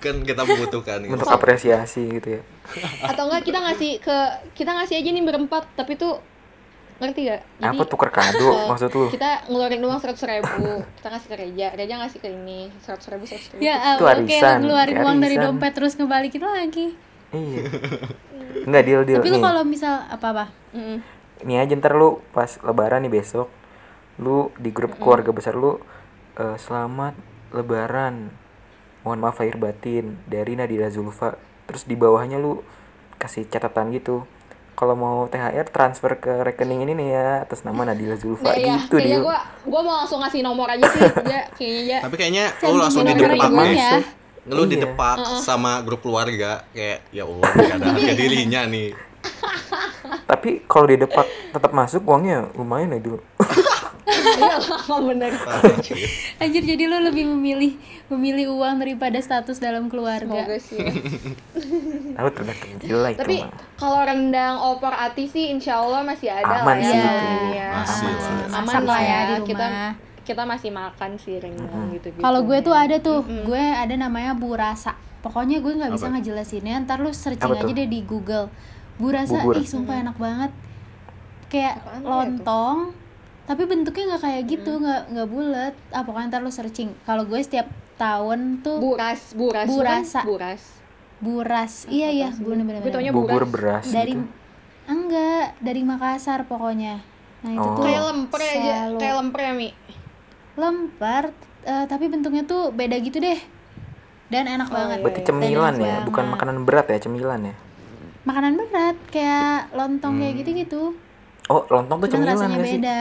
Speaker 4: kan kita membutuhkan gitu.
Speaker 2: Bentuk apresiasi gitu ya.
Speaker 3: atau enggak kita ngasih ke kita ngasih aja nih berempat tapi tuh ngerti gak
Speaker 2: Apa tuker
Speaker 1: [LAUGHS]
Speaker 2: kado
Speaker 3: eh,
Speaker 2: maksud lu?
Speaker 3: kita ngeluarin uang seratus ribu kita ngasih ke Reja Reja ngasih ke ini seratus ribu seratus ribu
Speaker 1: Ya
Speaker 2: Itu
Speaker 1: ampun, kayak
Speaker 2: arisan,
Speaker 1: lu ngeluarin
Speaker 2: kayak
Speaker 1: uang dari
Speaker 2: arisan.
Speaker 1: dompet terus ngebalikin lagi.
Speaker 2: Iya. Enggak deal deal
Speaker 1: Tapi lu
Speaker 2: nih.
Speaker 1: kalau misal apa-apa?
Speaker 3: Mm-mm.
Speaker 2: Nih aja ntar lu pas lebaran nih besok lu di grup keluarga besar lu eh, selamat lebaran. Mohon maaf lahir batin dari Nadira Zulfa. Terus di bawahnya lu kasih catatan gitu. Kalau mau THR transfer ke rekening ini nih ya atas nama Nadila Zulfa
Speaker 3: Nggak,
Speaker 1: Iya,
Speaker 3: ya,
Speaker 2: gitu
Speaker 3: kayaknya
Speaker 2: dia.
Speaker 3: gua gua mau langsung ngasih nomor aja
Speaker 2: [LAUGHS]
Speaker 3: sih ya kayaknya ya
Speaker 4: Tapi kayaknya
Speaker 1: Jangan
Speaker 4: lu langsung di
Speaker 1: bilang
Speaker 4: depak
Speaker 1: orang
Speaker 4: nih.
Speaker 1: ya.
Speaker 4: Lu di
Speaker 2: Iya.
Speaker 4: depak sama grup keluarga kayak ya Allah nggak ada harga
Speaker 1: Iya.
Speaker 4: dirinya nih.
Speaker 2: Tapi kalau di depan tetap masuk uangnya lumayan ya dulu.
Speaker 3: iya lah bener
Speaker 1: [LAUGHS] Anjir jadi lu lebih memilih memilih uang daripada status dalam keluarga.
Speaker 3: semoga
Speaker 2: [LAUGHS]
Speaker 3: sih ya.
Speaker 2: Lalu tergantung gila itu
Speaker 3: tapi
Speaker 2: mah.
Speaker 3: kalau rendang opor ati sih insya Allah masih ada
Speaker 2: Aman
Speaker 3: lah
Speaker 2: sih
Speaker 3: ya,
Speaker 2: itu.
Speaker 3: Iya,
Speaker 4: Masih
Speaker 3: aman,
Speaker 4: lah.
Speaker 3: aman
Speaker 1: Masak
Speaker 3: lah
Speaker 1: lah
Speaker 3: ya
Speaker 1: ya di
Speaker 3: kita
Speaker 1: rumah.
Speaker 3: kita masih makan sih
Speaker 2: Hmm.
Speaker 3: rendang gitu gitu
Speaker 1: Kalau gue tuh ada tuh, gue ada namanya Bu Rasa. Pokoknya gue nggak bisa ngejelasinnya, ntar lu searching
Speaker 2: Apa tuh?
Speaker 1: aja deh di Google. Bu Rasa,
Speaker 2: Bubur.
Speaker 1: ih sumpah enak banget. Kayak
Speaker 3: Apaan tuh ya
Speaker 1: lontong, tapi bentuknya nggak kayak gitu, nggak nggak bulat. Ah pokoknya ntar lu searching. Kalau gue setiap tahun tuh
Speaker 3: buras buras
Speaker 1: Bu
Speaker 3: bukan?
Speaker 1: Rasa.
Speaker 3: buras
Speaker 1: buras. Iya iya, bener-bener.
Speaker 3: gue taunya
Speaker 2: Bubur
Speaker 3: buras
Speaker 2: beras
Speaker 1: dari
Speaker 2: gitu.
Speaker 1: enggak dari Makassar pokoknya nah itu
Speaker 2: Oh.
Speaker 1: tuh
Speaker 3: kayak lemper aja
Speaker 1: selalu-
Speaker 3: kayak lemper ya mi
Speaker 1: lempar eh, tapi bentuknya tuh beda gitu deh dan enak banget
Speaker 2: Oh, Berarti
Speaker 1: Dan
Speaker 2: cemilan
Speaker 1: enak
Speaker 2: ya, bukan
Speaker 1: banget.
Speaker 2: makanan berat ya, cemilan ya.
Speaker 1: makanan berat kayak lontong kayak gitu gitu
Speaker 2: Oh, lontong tuh
Speaker 1: cuman
Speaker 2: Hmm. cemilan
Speaker 1: rasanya
Speaker 2: gak sih? [LAUGHS]
Speaker 1: beda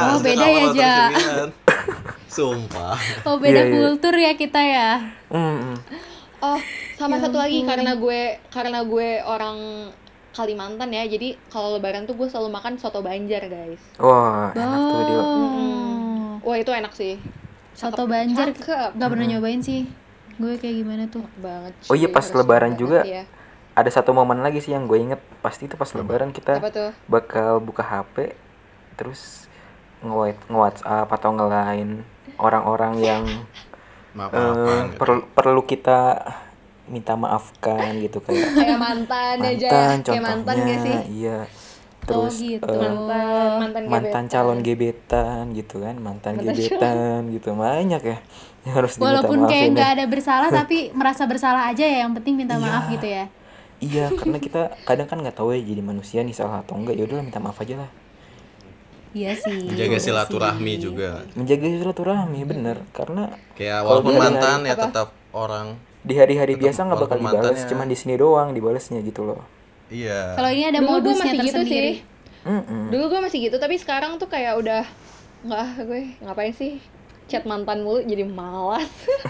Speaker 1: Oh,
Speaker 4: sejak
Speaker 1: beda
Speaker 4: awal
Speaker 1: ya,
Speaker 4: nonton
Speaker 1: Ja.
Speaker 4: cemilan. Sumpah.
Speaker 1: oh beda
Speaker 2: Iya, iya.
Speaker 1: kultur ya kita ya
Speaker 2: Hmm, hmm.
Speaker 3: oh sama satu lagi karena gue karena gue orang Kalimantan ya jadi kalau lebaran tuh gue selalu makan soto Banjar guys
Speaker 2: Wah, enak tuh dia.
Speaker 1: oh
Speaker 3: wah itu enak sih
Speaker 1: soto Banjar
Speaker 3: Cakep.
Speaker 1: nggak pernah nyobain sih gue kayak gimana tuh
Speaker 3: banget
Speaker 2: Oh iya,
Speaker 3: cuy,
Speaker 2: pas
Speaker 3: harus
Speaker 2: lebaran
Speaker 3: banget
Speaker 2: juga.
Speaker 3: ya.
Speaker 2: Ada satu momen lagi sih yang gue inget, pasti itu pas lebaran kita
Speaker 3: apa tuh
Speaker 2: bakal buka HP terus nge- nge-WhatsApp atau ngelain orang-orang yang
Speaker 4: maaf
Speaker 2: eh,
Speaker 4: maafan gitu.
Speaker 2: perlu perlu kita minta maafkan gitu kayak
Speaker 3: kayak
Speaker 2: [LAUGHS]
Speaker 3: mantan, aja
Speaker 2: mantan
Speaker 3: ya kayak
Speaker 2: contohnya
Speaker 3: mantan gak sih
Speaker 2: iya terus
Speaker 1: oh gitu.
Speaker 2: eh,
Speaker 3: mantan mantan gitu ya.
Speaker 2: mantan
Speaker 3: gebetan.
Speaker 2: calon gebetan gitu kan mantan gebetan gitu banyak ya yang harus diminta
Speaker 1: Walaupun
Speaker 2: maafin ya.
Speaker 1: kayak nggak ada bersalah
Speaker 2: [LAUGHS]
Speaker 1: tapi merasa bersalah aja ya yang penting minta maaf gitu ya.
Speaker 2: iya karena kita kadang kan nggak tahu ya jadi manusia nih salah atau enggak ya udahlah minta maaf aja lah
Speaker 1: Iya sih.
Speaker 4: menjaga
Speaker 1: iya
Speaker 4: silaturahmi
Speaker 1: sih.
Speaker 4: juga
Speaker 2: menjaga silaturahmi bener karena
Speaker 4: kayak
Speaker 2: Kalau
Speaker 4: walaupun
Speaker 2: dia-
Speaker 4: mantan ya tetap orang
Speaker 2: di hari-hari
Speaker 4: Tetap
Speaker 2: biasa nggak bakal
Speaker 4: walaupun
Speaker 2: dibales
Speaker 4: mantannya-
Speaker 2: cuman di sini doang dibalesnya gitu loh
Speaker 4: iya
Speaker 1: Kalau ini ada
Speaker 3: dulu gue
Speaker 1: modusnya
Speaker 3: masih gitu
Speaker 1: tersendiri.
Speaker 3: sih
Speaker 2: Mm-mm.
Speaker 3: dulu gue masih gitu tapi sekarang tuh kayak udah nggak ah, gue ngapain sih chat mantan mulu jadi malas [LAUGHS]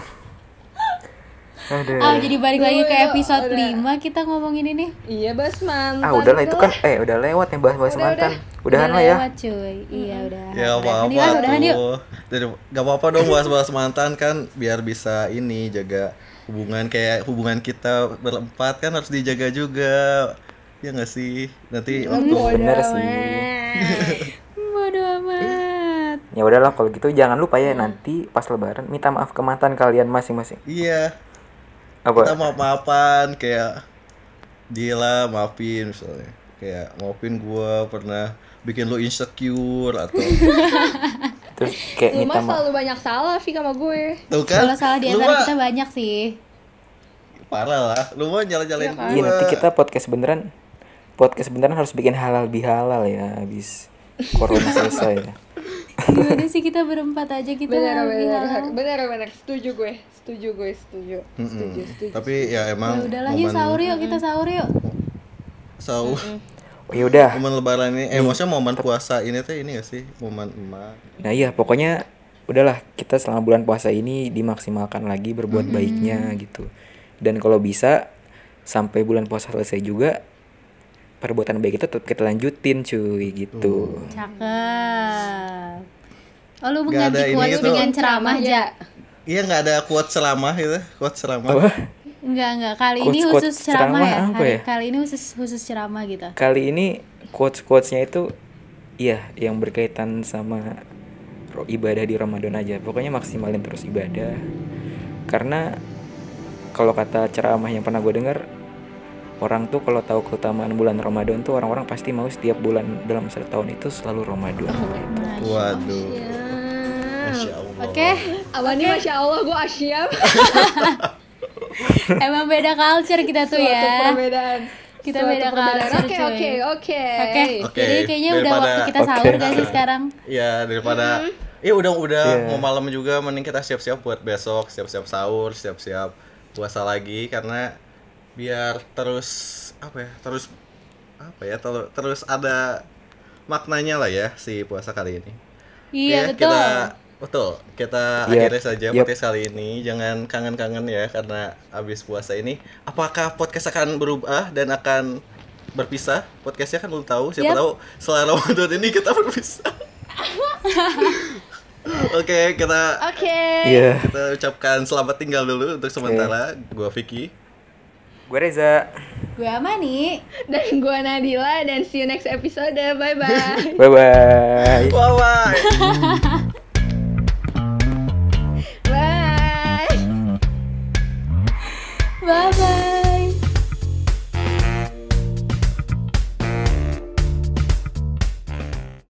Speaker 2: Aduh.
Speaker 1: Oh, jadi balik lagi ke
Speaker 3: Dulu
Speaker 1: episode
Speaker 3: udah.
Speaker 1: 5 kita ngomongin ini.
Speaker 3: iya bas mantan
Speaker 2: ah udahlah itu kan eh udah lewat yang bahas-bahas
Speaker 3: Udah,
Speaker 2: mantan udahan lah ya
Speaker 1: lewat, cuy. Iya, udah.
Speaker 4: Ya
Speaker 1: Udahan
Speaker 4: apa
Speaker 1: yuk, ah,
Speaker 4: apa
Speaker 1: udahan yuk.
Speaker 4: tuh. Jadi gak apa-apa dong bahas-bahas mantan kan biar bisa ini jaga hubungan kayak hubungan kita berempat kan harus dijaga juga. Ya nggak sih? Nanti waktu
Speaker 2: bener sih
Speaker 3: Nah,
Speaker 1: Bodoh
Speaker 4: Eh, kan?
Speaker 1: amat.
Speaker 2: ya udahlah kalau gitu jangan lupa ya nanti pas lebaran minta maaf ke mantan kalian masing-masing
Speaker 4: iya, kita
Speaker 2: apa
Speaker 4: maaf maafan kayak Dila maafin misalnya. Kayak maafin gua pernah bikin lu insecure atau
Speaker 2: terus kayak
Speaker 3: lu
Speaker 2: [LAUGHS] minta
Speaker 3: mah
Speaker 2: maaf
Speaker 3: selalu banyak salah sih sama gue
Speaker 4: tuh kan.
Speaker 1: Kalau salah di
Speaker 4: lu
Speaker 1: antara
Speaker 4: mah-
Speaker 1: kita banyak
Speaker 4: [LAUGHS]
Speaker 1: sih.
Speaker 4: parah lah. Lu mah nyala-nyalain gua.
Speaker 2: iya nanti kita podcast beneran podcast beneran harus bikin halal bihalal ya habis corona selesai ya.
Speaker 1: Gimana sih kita berempat aja kita
Speaker 3: bener
Speaker 1: lebih
Speaker 3: bener
Speaker 1: halal.
Speaker 3: bener bener setuju gue setuju gue setuju
Speaker 2: Hmm.
Speaker 4: Mm-mm.
Speaker 3: setuju setuju
Speaker 4: Tapi
Speaker 1: Ya
Speaker 4: ya emang
Speaker 1: udahlah yuk sahur yuk, kita sahur yuk.
Speaker 4: sahur.
Speaker 2: oh ya udah
Speaker 4: [LAUGHS] momen lebaran ini eh maksudnya momen puasa ini tuh ini gak sih momen emak
Speaker 2: Nah iya pokoknya udahlah kita selama bulan puasa ini dimaksimalkan lagi berbuat baiknya gitu. Dan kalau bisa sampai bulan puasa selesai juga perbuatan baik itu tetap kita lanjutin cuy gitu.
Speaker 1: Cakep. Oh lu
Speaker 4: Nggak ada
Speaker 1: mengganti
Speaker 4: ini
Speaker 1: quotes
Speaker 4: gitu.
Speaker 1: dengan ceramah ja.
Speaker 4: iya nggak ada quote selama gitu quote selama
Speaker 1: Enggak enggak kali ini
Speaker 2: Quotes-
Speaker 1: khusus
Speaker 2: quotes
Speaker 1: ceramah,
Speaker 2: ceramah
Speaker 1: ya.
Speaker 2: apa
Speaker 1: Hari-
Speaker 2: ya?
Speaker 1: Kali ini khusus khusus ceramah gitu.
Speaker 2: Kali ini quotes quotesnya itu iya yang berkaitan sama ro- ibadah di Ramadan aja. Pokoknya maksimalin terus ibadah. Karena kalau kata ceramah yang pernah gue dengar orang tuh kalau tahu keutamaan bulan Ramadan tuh orang-orang pasti mau setiap bulan dalam satu tahun itu selalu Ramadan.
Speaker 1: Masya
Speaker 4: waduh masya allah
Speaker 1: Nah, Iya. Oke,
Speaker 3: Awan ini Iya. masya Allah gue asyam
Speaker 1: emang beda culture kita tuh
Speaker 3: Suatu
Speaker 1: ya.
Speaker 3: perbedaan
Speaker 1: Kita
Speaker 3: Suatu
Speaker 1: beda
Speaker 3: perbedaan.
Speaker 1: culture,
Speaker 3: oke
Speaker 1: cuy.
Speaker 3: oke oke
Speaker 1: Oke,
Speaker 4: Oke,
Speaker 1: jadi kayaknya udah
Speaker 4: daripada-
Speaker 1: waktu kita sahur
Speaker 2: Oke.
Speaker 1: gak sih sekarang?
Speaker 4: ya daripada iya udah udah
Speaker 2: Iya.
Speaker 4: mau malam juga mending kita siap-siap buat besok siap-siap sahur siap-siap puasa lagi karena biar terus apa ya terus apa ya terus terus ada maknanya lah ya si puasa kali ini
Speaker 1: Iya
Speaker 4: Ya,
Speaker 1: betul.
Speaker 4: Kita, betul. Kita
Speaker 2: Iya,
Speaker 4: akhiri saja
Speaker 2: yep.
Speaker 4: podcast kali ini. Jangan kangen-kangen ya karena habis puasa ini. Apakah podcast akan berubah dan akan berpisah? Podcastnya kan belum tahu. Siapa
Speaker 1: Yap.
Speaker 4: tahu setelah [LAUGHS] Ramadan ini kita berpisah.
Speaker 1: [LAUGHS]
Speaker 4: Oke, kita
Speaker 3: oke
Speaker 2: Iya.
Speaker 4: kita ucapkan selamat tinggal dulu untuk sementara. Gua Vicky.
Speaker 2: Gue Reza.
Speaker 1: Gue Amani.
Speaker 3: dan gue Nadila dan see you next episode bye bye
Speaker 2: [LAUGHS] Bye bye.
Speaker 4: Bye bye.
Speaker 3: bye
Speaker 1: Bye bye.